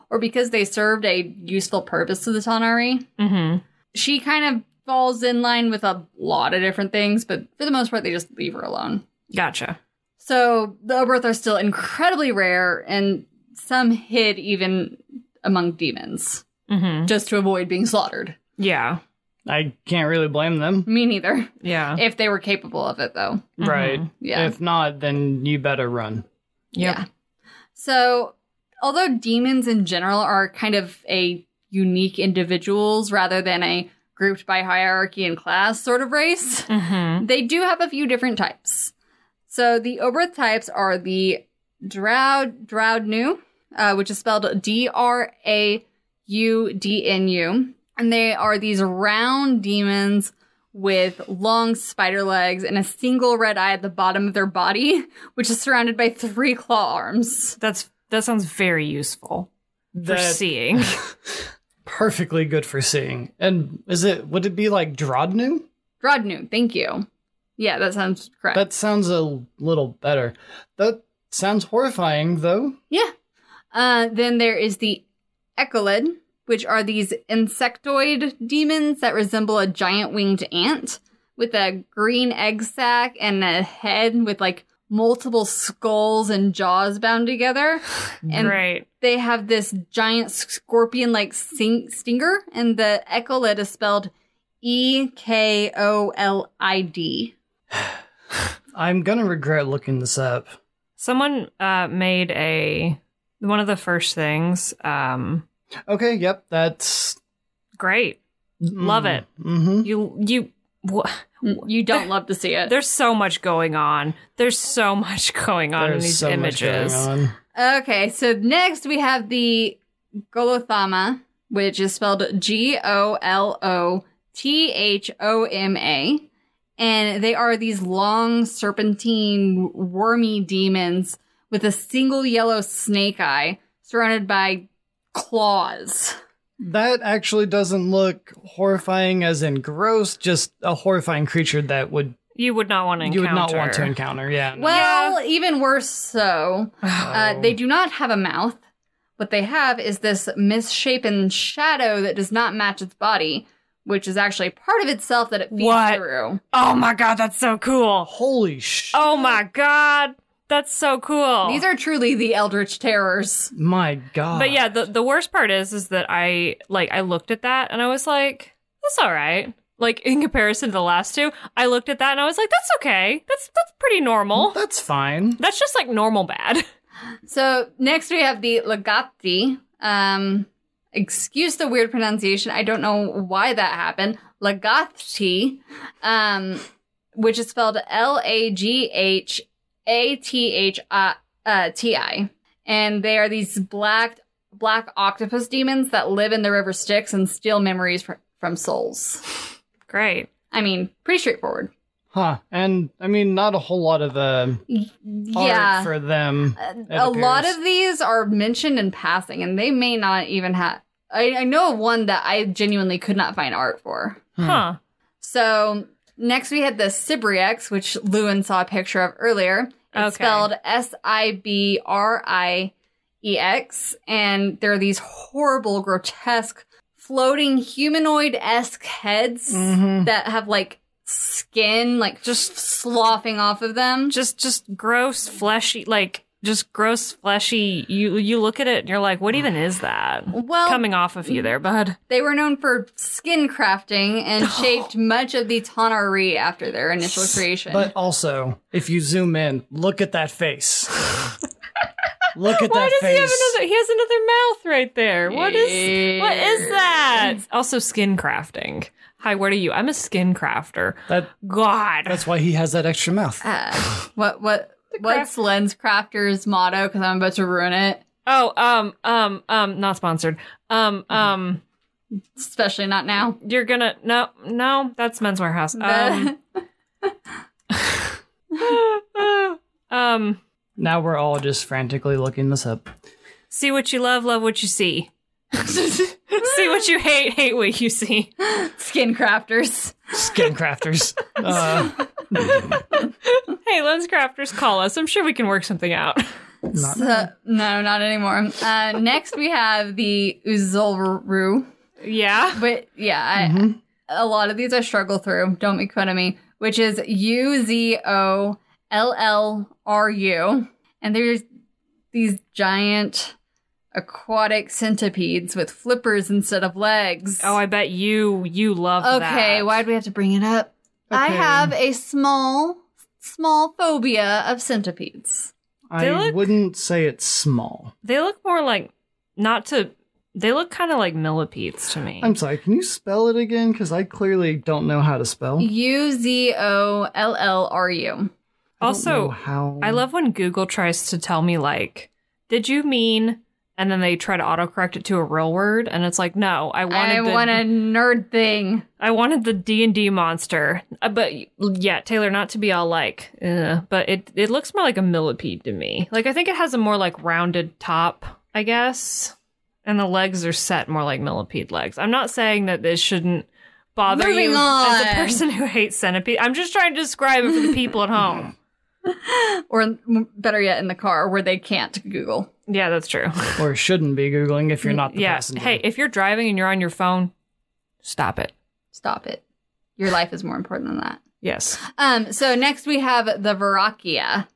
or because they served a useful purpose to the Tanari.
hmm
she kind of falls in line with a lot of different things, but for the most part, they just leave her alone.
Gotcha.
So the Oberth are still incredibly rare, and some hid even among demons
hmm
just to avoid being slaughtered.
Yeah.
I can't really blame them.
Me neither.
Yeah.
If they were capable of it, though.
Mhm.
Right.
Mm-hmm. Yeah.
If not, then you better run.
Yep.
Yeah. So, although demons in general are kind of a unique individuals rather than a grouped by hierarchy and class sort of race,
hmm
They do have a few different types. So the Oberth types are the Drow Drowdnu, uh, which is spelled D R A U D N U, and they are these round demons with long spider legs and a single red eye at the bottom of their body, which is surrounded by three claw arms.
That's that sounds very useful for
That-
seeing.
perfectly good for seeing. And is it would it be like Drodnu?
Drowdnu, thank you. Yeah, that sounds correct.
That sounds a little better. That sounds horrifying though.
Yeah. Uh, then there is the Echolid, which are these insectoid demons that resemble a giant winged ant with a green egg sac and a head with like multiple skulls and jaws bound together. And
right.
they have this giant scorpion like sting- stinger, and the Echolid is spelled E K O L I D.
I'm gonna regret looking this up.
Someone uh, made a one of the first things. Um,
Okay, yep, that's
great. Love it.
Mm-hmm.
You you. wha-
You don't love to see it.
There's so much going on. There's so much going on in these images.
on.
Okay, so next we have the Golothama, which is spelled G O L O T H O M A. And they are these long, serpentine, wormy demons with a single yellow snake eye surrounded by claws.
That actually doesn't look horrifying as in gross, just a horrifying creature that would
You would not want to encounter.
you would not want to encounter, yeah. no.
Well, even worse so, Uh,
Oh.
they do not have a mouth. What they have is this misshapen shadow that does not match its body, which is actually part of itself that it feeds
What?
through.
Oh my god, that's so cool.
Holy sh
Oh my god, that's so cool.
These are truly the eldritch terrors.
my god.
But yeah, the the worst part is is that I like I looked at that and I was like, that's all right. Like in comparison to the last two, I looked at that and I was like, that's okay. That's that's pretty normal.
that's fine.
That's just like normal bad.
So next we have the Legati, um, excuse the weird pronunciation. I don't know why that happened. Lagathti, um, which is spelled L A G H A T H I uh, T I, and they are these black black octopus demons that live in the river Styx and steal memories fr- from souls.
Great.
I mean, pretty straightforward.
Huh. And I mean, not a whole lot of uh,
Y-
art
Yeah.
for them.
Uh,
a
it
a lot
appears.
of these are mentioned in passing, and they may not even have. I, I know of one that I genuinely could not find art for.
Huh.
So next we had the Sibriex, which Lewin saw a picture of earlier. It's
Okay.
spelled S I B R I E X, and they're these horrible, grotesque, floating humanoid esque heads
Mhm.
that have like skin like just sloughing off of them.
Just just gross fleshy like just gross fleshy you you look at it and you're like, what even is that?
well,
Coming off of you there, bud.
They were known for skin crafting and shaped much of the Tonari after their initial creation.
But also, if you zoom in, look at that face. look at
Why
that
does
face.
he have another he has another mouth right there? What is what is that? Also skin crafting. Hi, what are you? I'm a skin crafter.
That-
God.
That's why he has that extra mouth.
Uh, what what
craft-
what's Lens Crafter's motto? Because I'm about to ruin it,
Oh, um, um, um, not sponsored. Um, um,
especially not now.
you're gonna no, no, that's Men's Warehouse. Um, um,
Now we're all just frantically looking this up.
see what you love, love what you see. see what you hate, hate what you see.
skin crafters.
Skin crafters. Uh,
Hey, lens crafters, call us. I'm sure we can work something out.
not-
So- no, not anymore. Uh, next we have the Uzulru.
Yeah.
But yeah, I,
Mhm.
a lot of these I struggle through. Don't make fun of me. Which is U Z O L L R U, and there's these giant aquatic centipedes with flippers instead of legs.
Oh, I bet you you love that.
okay. Why'd we have to bring it up? I
Okay.
have a small, small phobia of centipedes.
I
They look-
wouldn't say it's small.
they look more like not to. They look kind of like millipedes to me.
I'm sorry, can you spell it again? Because I clearly don't know how to spell. I
U Z O L L R U.
don't
also,
know how
I love when Google tries to tell me like, "Did you mean?" And then they try to autocorrect it to a real word, and it's like, "No, I wanted
I
the
want a nerd thing.
I wanted the D and D monster." Uh, but yeah, Taylor, not to be all like, uh, but it it looks more like a millipede to me. Like I think it has a more like rounded top, I guess, and the legs are set more like millipede legs. I'm not saying that this shouldn't bother
Moving
you as a
on.
person who hates centipede. I'm just trying to describe it for the people at home.
or m- better yet, in the car where they can't Google.
Yeah, that's true.
or shouldn't be googling if you're not the
yeah.
passenger.
Hey, if you're driving and you're on your phone, stop it.
Stop it. Your life is more important than that.
Yes.
Um. So next we have the Verakia,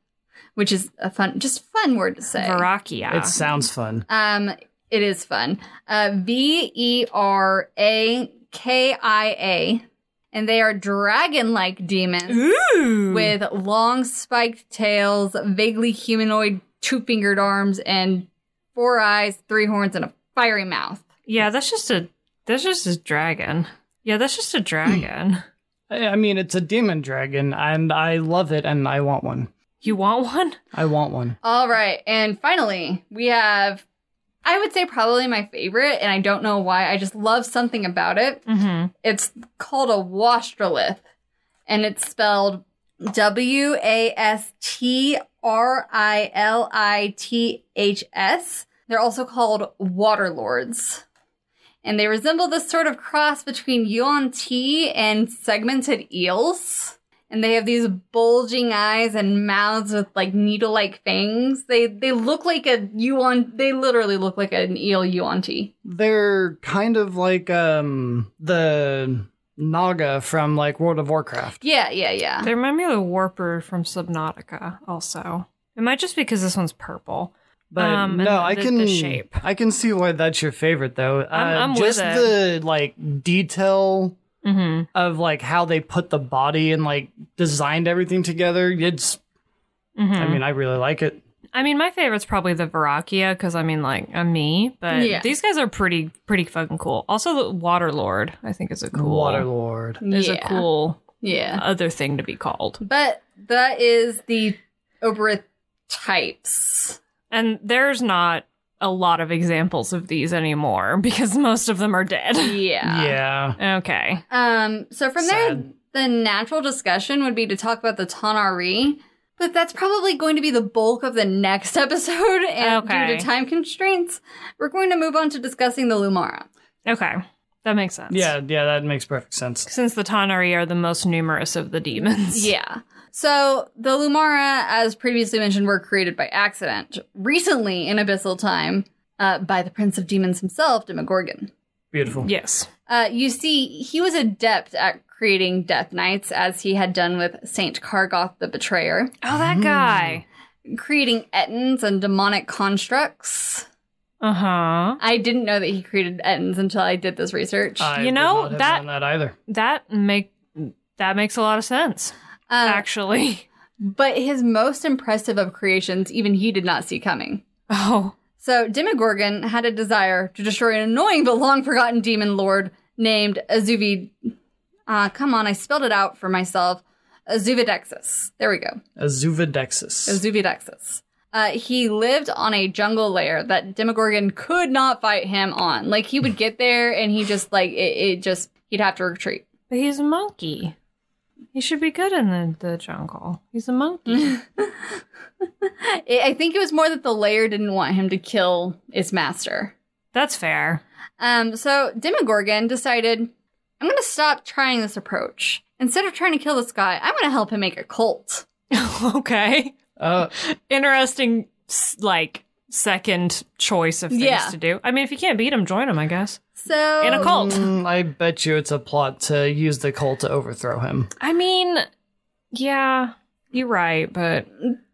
which is a fun, just fun word to say.
Verakia.
it sounds fun.
um. It is fun. Uh, v E R A K I A, and they are dragon-like demons
Ooh.
with long spiked tails, vaguely humanoid, two-fingered arms, and four eyes, three horns, and a fiery mouth.
Yeah, that's just a that's just a dragon. Yeah, that's just a dragon.
I I mean, it's a demon dragon, and I love it, and I want one.
you want one?
I want one.
All right. And finally, we have, I would say, probably my favorite, and I don't know why. I just love something about it.
Mm-hmm.
It's called a wastrolith, and it's spelled W A S T R I L I T H S. They're also called water lords. And they resemble this sort of cross between yuan ti and segmented eels. And they have these bulging eyes and mouths with like needle-like fangs. They they look like a yuan. They literally look like an eel yuan ti.
They're kind of like um the Naga from like World of Warcraft.
Yeah, yeah, yeah.
They remind me of the warper from Subnautica also. It might just because this one's purple.
But
Um, and
no,
the-
I
the-
can
the shape.
I can see why that's your favorite though. Uh,
I'm- I'm with
just
it.
the like detail
Mm-hmm.
of like how they put the body and like designed everything together. It's
mm-hmm.
I mean, I really like it.
I mean, my favorite's probably the Verakia because I mean, like, I'm me, but
Yeah.
these guys are pretty, pretty fucking cool. Also, the Water Lord, I think, is a cool
Waterlord.
Is
yeah.
a cool
Yeah.
other thing to be called,
But that is the Oberith types.
and there's not a lot of examples of these anymore because most of them are dead.
Yeah.
yeah.
okay,
Um, so from
Sad.
there, the natural discussion would be to talk about the Tanari, but that's probably going to be the bulk of the next episode. And due
Okay.
to time constraints, we're going to move on to discussing the Lumara.
okay, that makes sense.
Yeah, yeah, that makes perfect sense.
since the Tanari are the most numerous of the demons.
Yeah. So the Lumara, as previously mentioned, were created by accident recently in Abyssal Time uh, by the Prince of Demons himself, Demogorgon.
Beautiful.
Yes.
Uh, you see, he was adept at creating Death Knights, as he had done with Saint Kargoth the Betrayer.
Oh, that guy.
creating ettins and demonic constructs.
Uh huh.
I didn't know that he created ettins until I did this research.
I
You
would
know,
not have
that-
known that either.
That make that makes a lot of sense.
Uh,
actually.
but his most impressive of creations, even he did not see coming.
Oh.
So Demogorgon had a desire to destroy an annoying but long forgotten demon lord named Azuvi. Ah, come on, I spelled it out for myself. Azuvidexis. There we go.
Azuvidexis.
Azuvidexis. Uh, he lived on a jungle lair that Demogorgon could not fight him on. Like he would get there and he just like it, it just he'd have to retreat.
But he's a monkey. He should be good in the, the jungle. He's a monkey.
I I think it was more that the lair didn't want him to kill its master.
That's fair.
Um, so Demogorgon decided, I'm gonna stop trying this approach. Instead of trying to kill this guy, I'm gonna help him make a cult.
okay.
Uh,
Interesting, s- like, second choice of things
Yeah.
to do. I mean, if you can't beat him, join him, I guess.
So
In a cult.
mm, I bet you it's a plot to use the cult to overthrow him.
I mean, yeah, you're right, but.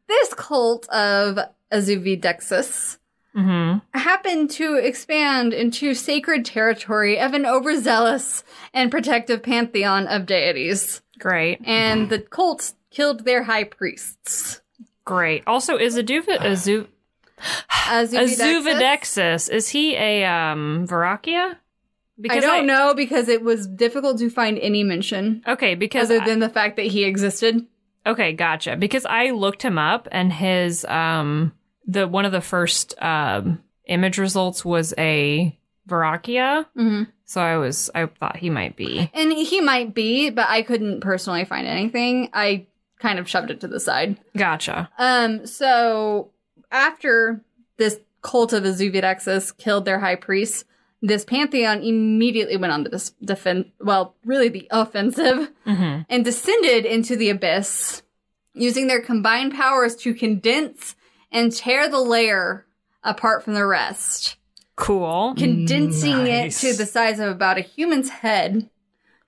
this cult of Azuvidexis
Mm
happened to expand into sacred territory of an overzealous and protective pantheon of deities.
hmm. Great.
And the cults killed their high priests.
Great. Also, is Azuva. Azu- Azuvidexis, is he a um Verakia?
I don't know because it was difficult to find any mention
Okay, because
other than the fact that he existed.
Okay, gotcha. Because I looked him up and his um the one of the first um image results was a Verakia.
Mhm.
So I was I thought he might be.
And he might be, but I couldn't personally find anything. I kind of shoved it to the side.
Gotcha.
Um, so after this cult of Azuvidexis killed their high priest, this pantheon immediately went on the dis- defense, well, really the offensive,
hmm
and descended into the abyss, using their combined powers to condense and tear the layer apart from the rest,
Cool.
condensing
Nice.
it to the size of about a human's head,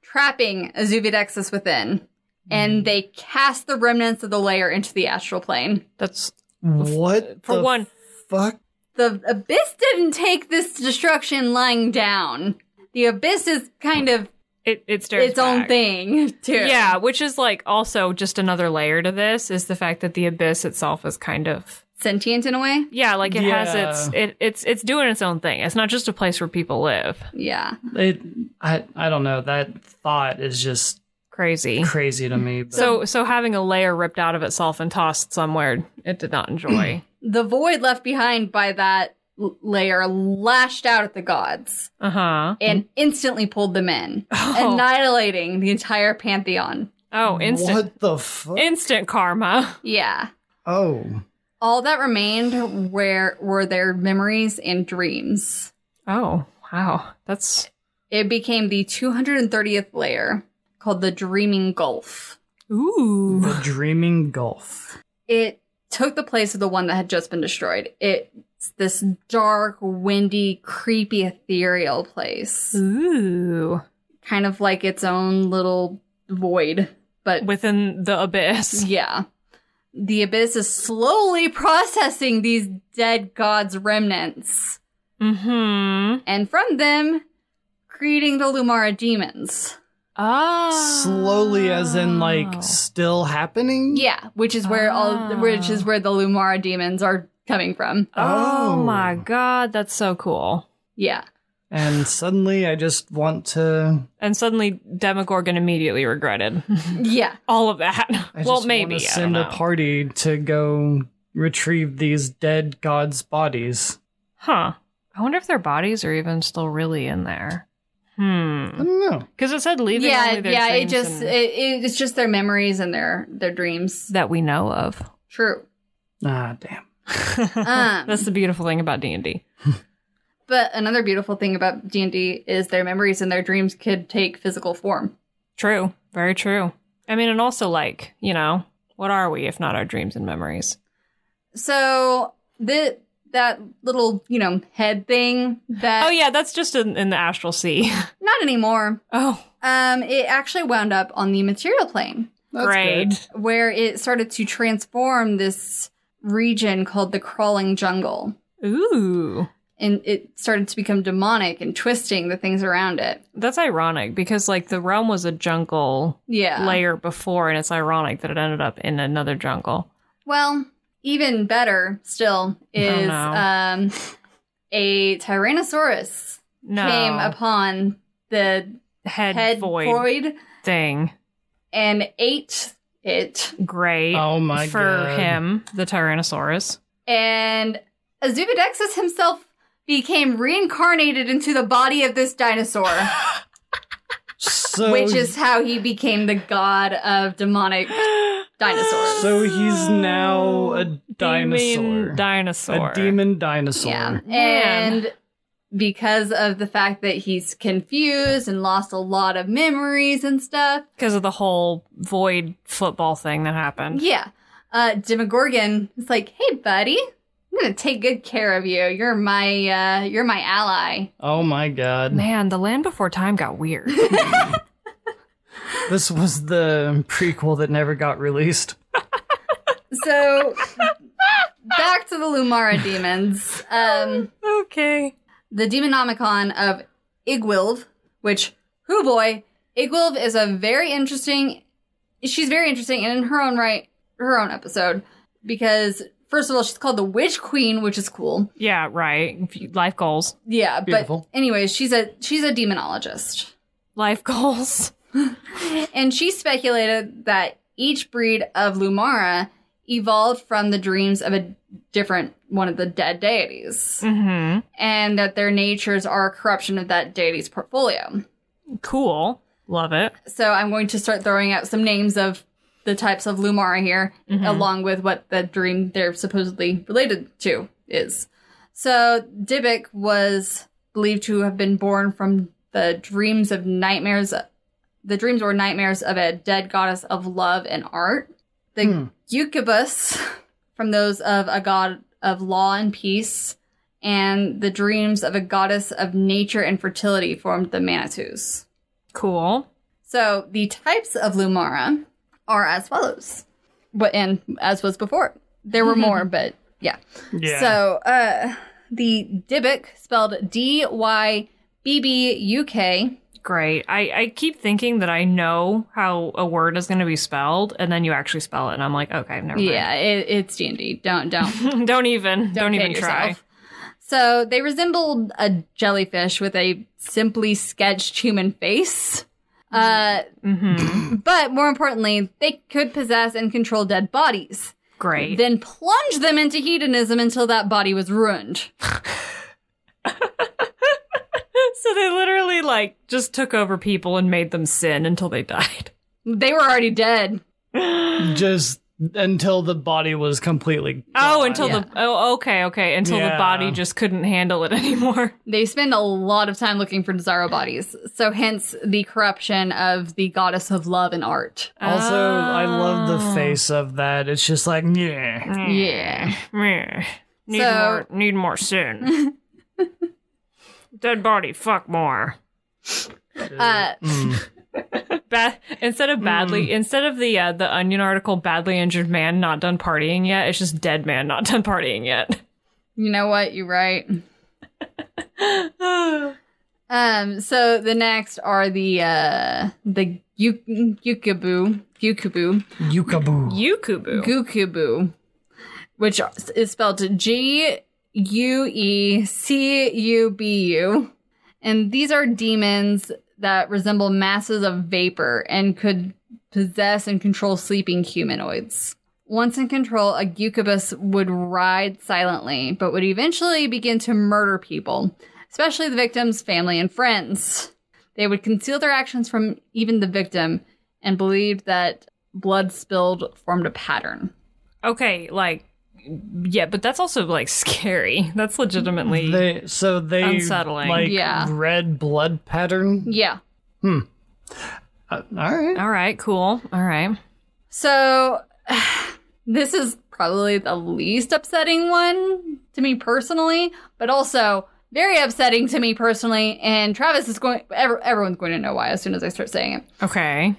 trapping Azuvidexis within. And they cast the remnants of the layer into the astral plane.
That's
What
for
the
one.
Fuck.
the abyss didn't take this destruction lying down. The abyss is kind of
It it stares
its own
back.
thing too.
Yeah, which is like also just another layer to this is the fact that the abyss itself is kind of
sentient in a way.
yeah, like it
Yeah.
has its it it's it's doing its own thing. It's not just a place where people live.
Yeah,
It, I, I don't know. That thought is just
Crazy.
crazy to me. But
So so having a layer ripped out of itself and tossed somewhere it did not enjoy.
the void left behind by that l- layer lashed out at the gods
Uh huh.
and instantly pulled them in,
Oh.
annihilating the entire pantheon.
Oh, instant
What the fuck?
instant karma.
Yeah,
oh.
all that remained were were their memories and dreams.
Oh wow, that's
It became the 230th layer called the Dreaming Gulf.
ooh.
The Dreaming Gulf.
it took the place of the one that had just been destroyed. It's this dark, windy, creepy, ethereal place,
Ooh,
kind of like its own little void. But
within the abyss.
yeah, the abyss is slowly processing these dead gods' remnants,
Mm-hmm.
and from them, creating the Lumara demons.
Oh.
Slowly, as in like still happening.
Yeah, which is where all which is where the Lumara demons are coming from.
Oh,
Oh.
my god, that's so cool.
Yeah.
And suddenly, I just want to.
And suddenly Demogorgon immediately regretted
Yeah.
all of that.
I
well,
just
maybe.
want
I
to
don't
send a
know.
party to go retrieve these dead gods' bodies.
Huh. I wonder if their bodies are even still really in there.
I
Hmm.
don't know.
Because it said leaving.
yeah,
only their
yeah, it
things
just
and-
it, it, it's just their memories and their their dreams.
that we know of.
True.
Ah, damn.
That's the beautiful thing about D and D.
um, But another beautiful thing about D&D is their memories and their dreams could take physical form.
True. Very true. I mean, and also like you know, what are we if not our dreams and memories?
So the that little, you know, head thing that
Oh yeah, that's just in, in the astral sea.
not anymore.
Oh,
Um it actually wound up on the material plane
That's
great.
good.
where it started to transform this region called the crawling jungle
Ooh.
and it started to become demonic and twisting the things around it.
That's ironic because like the realm was a jungle
Yeah.
layer before, and it's ironic that it ended up in another jungle.
Well, even better still is
Oh, no.
um, a Tyrannosaurus
No
came upon the
head,
head void.
void, thing.
and ate it.
Great.
Oh my
for
god.
him, the Tyrannosaurus.
And Azubidexis himself became reincarnated into the body of this dinosaur,
Oh.
So,
which is how he became the god of demonic dinosaurs.
So he's now a dinosaur.
Demon dinosaur.
a demon dinosaur.
Yeah.
Man.
And because of the fact that he's confused and lost a lot of memories and stuff.
Because of the whole void football thing that happened.
Yeah. Uh Demogorgon is like, "Hey buddy, I'm going to take good care of you. You're my uh you're my ally."
Oh my god.
Man, the land before time got weird.
This was the prequel that never got released.
So back to the Lumara demons. Um
okay.
the Demonomicon of Igwilv, which who boy, Igwilv is a very interesting she's very interesting and in her own right her own episode because first of all she's called the witch queen which is cool
Yeah, right. If you- Life goals.
yeah
Beautiful.
but anyways she's a she's a demonologist
Life goals.
And she speculated that each breed of Lumara evolved from the dreams of a different one of the dead deities,
Mm
and that their natures are a corruption of that deity's portfolio.
hmm. Cool. Love it.
So I'm going to start throwing out some names of the types of Lumara here, along with what the dream they're supposedly related to is. So Dybbuk was believed to have been born from the dreams of nightmares, the dreams or nightmares of a dead goddess of love and art. The
Hmm.
Eucubus from those of a god of law and peace, and the dreams of a goddess of nature and fertility formed the Manitous.
Cool.
So the types of Lumara are as follows. But and as was before. There were more, but yeah.
Yeah.
So uh the Dybbuk spelled D Y B B U K.
Great. I, I keep thinking that I know how a word is going to be spelled, and then you actually spell it, and I'm like, okay, never mind.
Yeah, it, it's D and D. Don't don't
don't even. Don't,
kid
even try.
yourself. So they resembled a jellyfish with a simply sketched human face. Uh,
Mm-hmm.
but more importantly, they could possess and control dead bodies.
Great.
then plunge them into hedonism until that body was ruined.
so they literally like just took over people and made them sin until they died.
They were already dead.
just until the body was completely
Oh, until
Yeah.
the oh okay okay until the
Yeah.
body just couldn't handle it anymore.
They spend a lot of time looking for desirable bodies, so hence the corruption of the goddess of love and art.
Also, I love
Oh.
the face of that. It's just like, yeah.
Yeah.
Meh. Need
So-
more need more sin. Dead body, fuck more.
Uh,
Mm.
Ba- instead of badly,
Hmm.
instead of the uh, the Onion article, badly injured man not done partying yet. It's just dead man not done partying yet.
you know what? You're right. Um, so the next are the uh the yu- yukubu, yukubu,
Yukaboo.
Yukubu.
gukubu, which is spelled G U E C U B U, and these are demons that resemble masses of vapor and could possess and control sleeping humanoids. Once in control, a Gucubus would ride silently, but would eventually begin to murder people, especially the victim's family and friends. They would conceal their actions from even the victim and believed that blood spilled formed a pattern.
okay, like yeah, but that's also like scary. That's legitimately
They so they
Unsettling.
like
Yeah.
red blood pattern.
Yeah.
Uh, all right.
all right. Cool. All right.
So this is probably the least upsetting one to me personally, but also very upsetting to me personally. And Travis is going, ev- everyone's going to know why as soon as I start saying it.
Okay.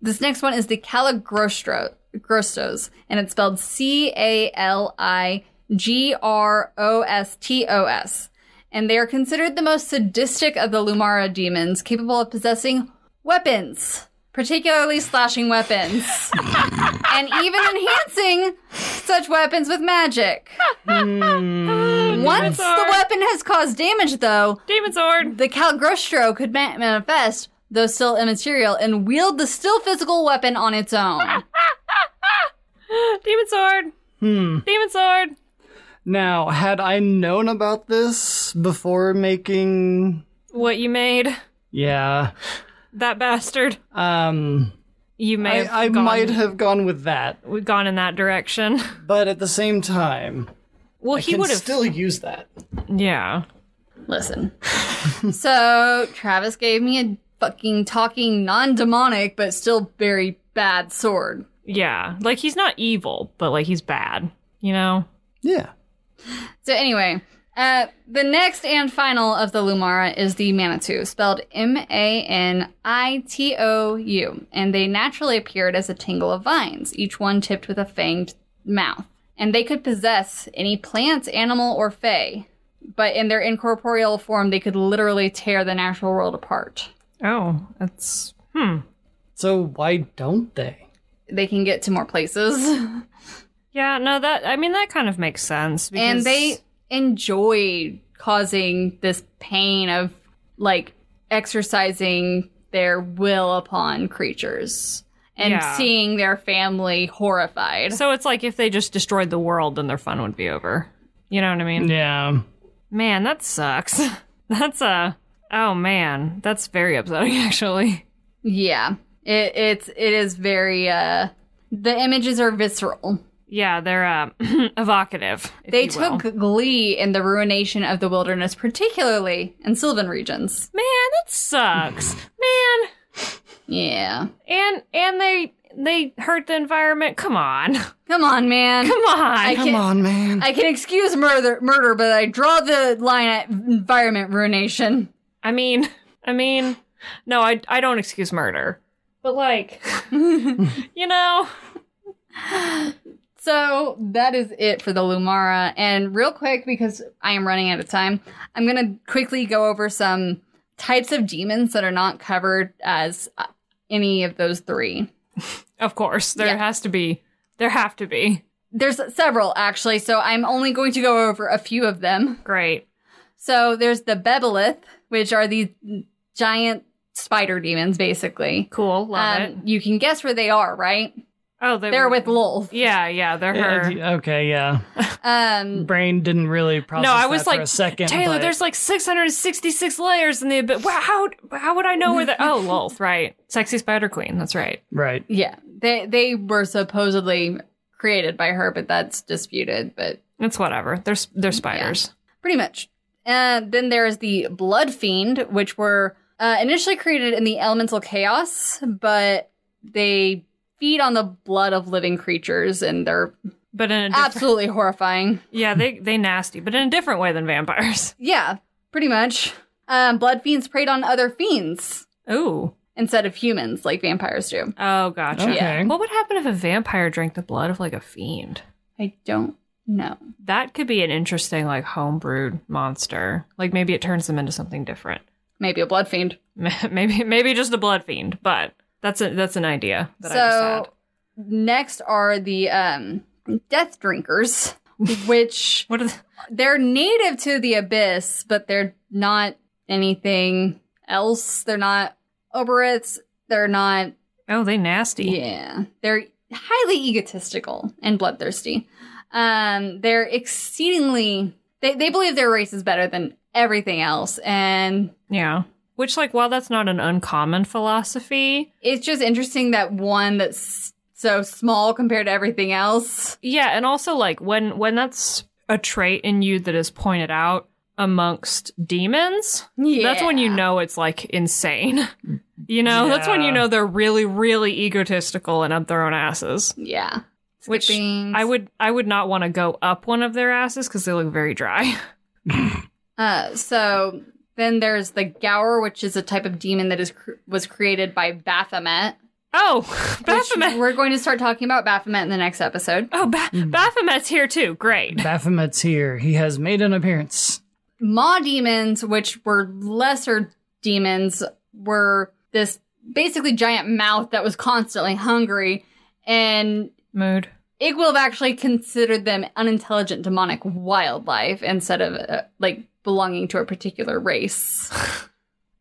This next one is the Caligrostro, Grostos, and it's spelled C A L I G R O S T O S. And they are considered the most sadistic of the Lumara demons, capable of possessing weapons, particularly slashing weapons, and even enhancing such weapons with magic. Once the
Sword.
weapon has caused damage, though,
Demon sword.
the Calgrostro could ma- manifest, though still immaterial, and wield the still physical weapon on its own.
Demon sword.
Hmm.
Demon sword.
Now, had I known about this before making,
What you made,
yeah,
that bastard.
um,
You may have
I, I
gone,
might have gone with that,
gone in that direction.
but at the same time,
Well,
I
he
can
would have.
still use that.
yeah.
Listen. so Travis gave me a fucking talking, non demonic, but still very bad sword.
Yeah. Like he's not evil, but like he's bad. You know.
Yeah.
So, anyway. Uh, the next and final of the Lumara is the Manitou, spelled M A N I T O U, and they naturally appeared as a tangle of vines, each one tipped with a fanged mouth. And they could possess any plant, animal, or fey, but in their incorporeal form, they could literally tear the natural world apart.
Oh, that's hmm.
So why don't they?
They can get to more places.
Yeah. No, that I mean that kind of makes sense. Because,
and they enjoy causing this pain of like exercising their will upon creatures and
Yeah.
seeing their family horrified.
So it's like if they just destroyed the world, then their fun would be over. You know what I mean?
Yeah.
Man, that sucks. That's a. Oh man, that's very upsetting. Actually.
yeah. It it's it is very uh the images are visceral.
Yeah, they're uh, evocative. if
They
you will.
took glee in the ruination of the wilderness, particularly in Sylvan regions.
Man, that sucks. Man,
Yeah.
and and they they hurt the environment. Come on, come
Come on, man.
on.
Come on, man.
I can excuse murder, murder, but I draw the line at environment ruination.
I mean, I mean, no, I I don't excuse murder, but like, you know,
So that is it for the Lumara. And real quick, because I am running out of time, I'm going to quickly go over some types of demons that are not covered as uh, any of those three.
of course there
Yeah.
has to be, there have to be.
There's several, actually, so I'm only going to go over a few of them.
Great.
So there's the Bebelith, which are these giant spider demons, basically. Um,
Cool. Love it.
You can guess where they are, right?
Oh, they
They're
were-
with Lolth.
Yeah, yeah, they're her.
Yeah, okay, yeah.
Um,
Brain didn't really process
No, I was
that for
like,
a second.
Taylor,
but-
there's like 666 layers in the abyss. Wow, how how would I know where the oh Lolth, right? Sexy Spider Queen. That's right.
right.
Yeah, they they were supposedly created by her, but that's disputed. But
It's whatever. They're s- they're spiders.
pretty much. And then there is the Blood Fiend, which were uh, initially created in the Elemental Chaos, but they feed on the blood of living creatures, and they're
But in a different,
absolutely horrifying.
yeah, they they nasty, but in a different way than vampires.
Yeah, pretty much. Um, blood fiends preyed on other fiends
Ooh.
instead of humans, like vampires do.
Oh, gotcha.
Okay. Yeah.
What would happen if a vampire drank the blood of like a fiend?
I don't know.
That could be an interesting like homebrewed monster. Like maybe it turns them into something different.
Maybe a blood fiend.
maybe maybe just a blood fiend, but that's a, that's an idea that I just
so next are the um, death drinkers, which
had. What are the,
they're native to the abyss, but they're not anything else. They're not oberits. They're not
oh they nasty.
Yeah. They're highly egotistical and bloodthirsty. Um, they're exceedingly they, they believe their race is better than everything else. And
Yeah. Which, like, while that's not an uncommon philosophy,
it's just interesting that one that's so small compared to everything else.
yeah, and also like when when that's a trait in you that is pointed out amongst demons,
Yeah.
that's when you know it's like insane. You know, that's when you
Yeah.
know they're really, really egotistical and up their own asses.
Yeah.
Which
Skippings.
I would, I would not want to go up one of their asses because they look very dry.
Uh, so then there's the Gower, which is a type of demon that is cr- was created by Baphomet.
Oh,
which
Baphomet!
We're going to start talking about Baphomet in the next episode.
Oh, ba-
Hmm.
Baphomet's here too. Great.
Baphomet's here. He has made an appearance.
Maw demons, which were lesser demons, were this basically giant mouth that was constantly hungry. And
Mood.
Igwilv actually considered them unintelligent demonic wildlife instead of uh, like belonging to a particular race.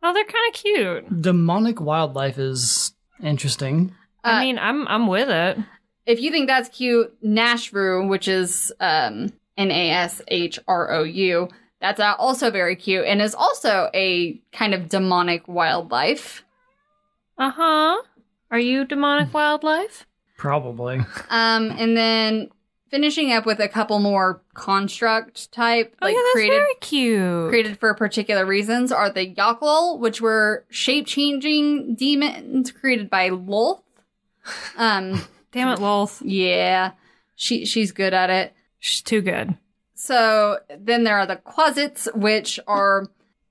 Oh, they're kind of cute.
Demonic wildlife is interesting.
Uh,
I mean, I'm, I'm with it.
if you think that's cute, Nashru, which is um, N A S H R O U, that's uh, also very cute and is also a kind of demonic wildlife.
Uh huh. Are you demonic wildlife?
Probably.
Um, and then finishing up with a couple more construct type,
oh
like
yeah, that's
created
very cute.
created for particular reasons, are the Yaklol, which were shape changing demons created by Lolth. Um,
Damn it, Lolth.
yeah, she she's good at it.
She's too good.
So then there are the quasits, which are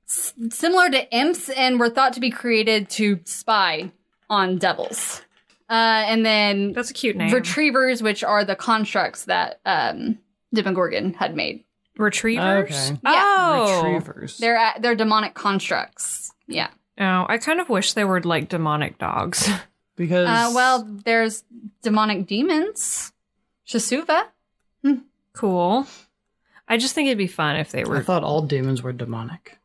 s- similar to imps and were thought to be created to spy on devils. Uh, and then
That's a cute name.
retrievers, which are the constructs that um, Dippengorgon had made.
Retrievers.
Okay.
Oh.
Retrievers.
They're at, they're demonic constructs. Yeah.
Oh, I kind of wish they were like demonic dogs.
Because
Uh, well, there's demonic demons. Shasuva.
cool. I just think it'd be fun if they
I
were.
thought all demons were demonic.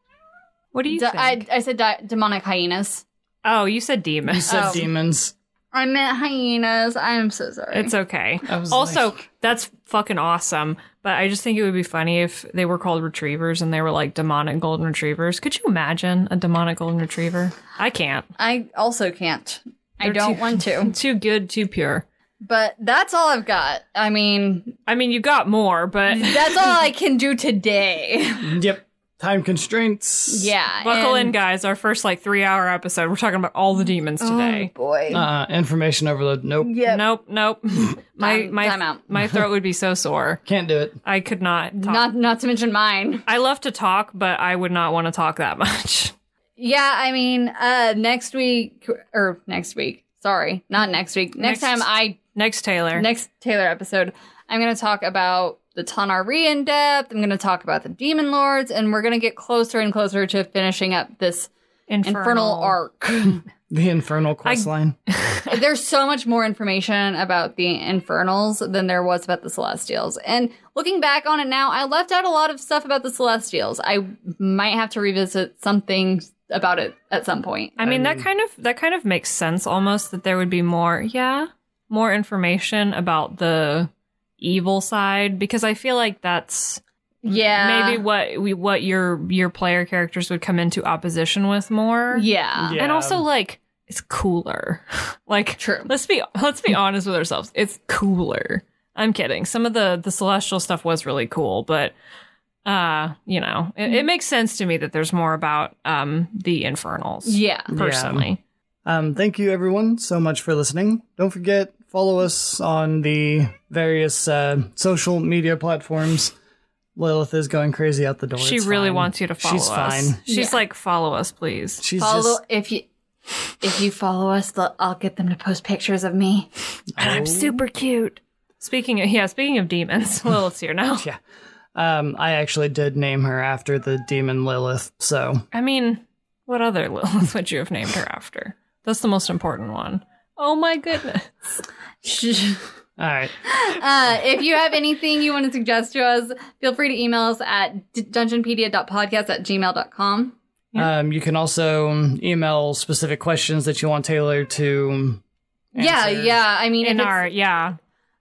What do you
D- I,
think?
I said di- demonic hyenas.
oh, you said
You
demons.
said
Oh.
demons.
I meant hyenas. I'm so sorry.
It's okay.
I was
Also,
like-
that's fucking awesome. But I just think it would be funny if they were called retrievers and they were like demonic golden retrievers. Could you imagine a demonic golden retriever? I can't.
I also can't. I
They're
don't
too-
want to.
Too good, too pure.
But that's all I've got. I mean,
I mean, you got more, but
that's all I can do today.
Yep. Time constraints.
Yeah.
buckle
and-
in, guys. Our first like three hour episode, we're talking about all the demons today.
Boy.
Uh, information overload. Nope.
yep.
Nope, nope. my
Time-
my
time out.
my throat would be so sore.
Can't do it.
I could not talk.
Not not to mention mine.
I love to talk, but I would not want to talk that much.
Yeah, I mean, uh next week or next week. Sorry, not next week.
Next-
Next, time I
Next, Taylor.
next Taylor episode, I'm going to talk about the Tanari in depth. I'm going to talk about the Demon Lords and we're going to get closer and closer to finishing up this infernal, arc.
The infernal quest line.
There's so much more information about the Infernals than there was about the Celestials. And looking back on it now, I left out a lot of stuff about the Celestials. I might have to revisit something about it at some point.
I mean, that kind of that kind of makes sense almost that there would be more, yeah, more information about the evil side because I feel like that's
Yeah.
maybe what we what your your player characters would come into opposition with more.
Yeah.
And also like it's cooler. like
True.
let's be let's be honest with ourselves. It's cooler. I'm kidding. Some of the the celestial stuff was really cool, but uh, you know, it, it makes sense to me that there's more about um the infernals.
Yeah.
Personally.
Um, thank you, everyone, so much for listening. Don't forget, follow us on the various uh, social media platforms. Lilith is going crazy out the door.
She
It's
really
fine.
wants you to follow
She's
us.
fine.
She's
Yeah.
like, follow us, please.
She's
Follow
just.
if you if you follow us, they'll- I'll get them to post pictures of me.
I'm super cute. Speaking of yeah, speaking of demons, Lilith's here now.
Yeah. Um, I actually did name her after the demon Lilith, so
I mean, What other Lilith would you have named her after? That's the most important one. Oh my goodness.
All right.
Uh, if you have anything you want to suggest to us, feel free to email us at d- dungeonpedia.podcast at gmail.com.
Yeah.
Um, you can also email specific questions that you want Taylor to.
Yeah,
answer.
yeah. I mean, if
In
it's-
our yeah.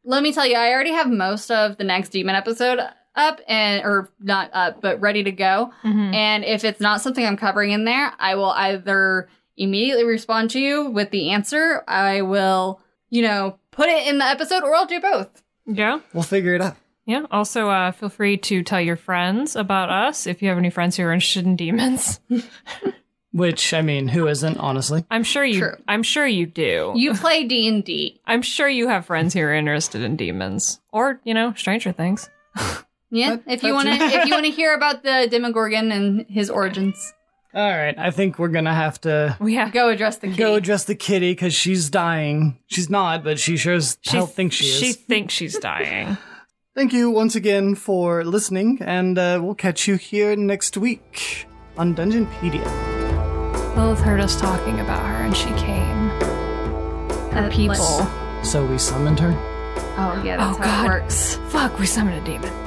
let me tell you, I already have most of the next demon episode up and, or not up, but ready to go.
Mhm.
And if it's not something I'm covering in there, I will either immediately respond to you with the answer, I will, you know, put it in the episode, or I'll do both.
Yeah.
We'll figure it out.
Yeah. Also, uh, feel free to tell your friends about us if you have any friends who are interested in demons.
Which I mean, who isn't honestly?
I'm sure you.
True.
I'm sure you do.
You play D and D,
I'm sure you have friends who are interested in demons or you know Stranger Things.
yeah.
That-
If you want to,
that's-
if you want to hear about the Demogorgon and his origins,
All right. I think we're gonna have to
We have.
go address the kitty.
go address the kitty because she's dying. She's not, but she sure as hell thinks she is.
She thinks she's dying.
Thank you once again for listening, and uh, we'll catch you here next week on Dungeonpedia.
Lilith heard us talking about her and she came. Her
Uh,
people.
let's-
So we summoned her.
oh yeah,
oh
that's how
God.
it works.
Fuck, we summoned a demon.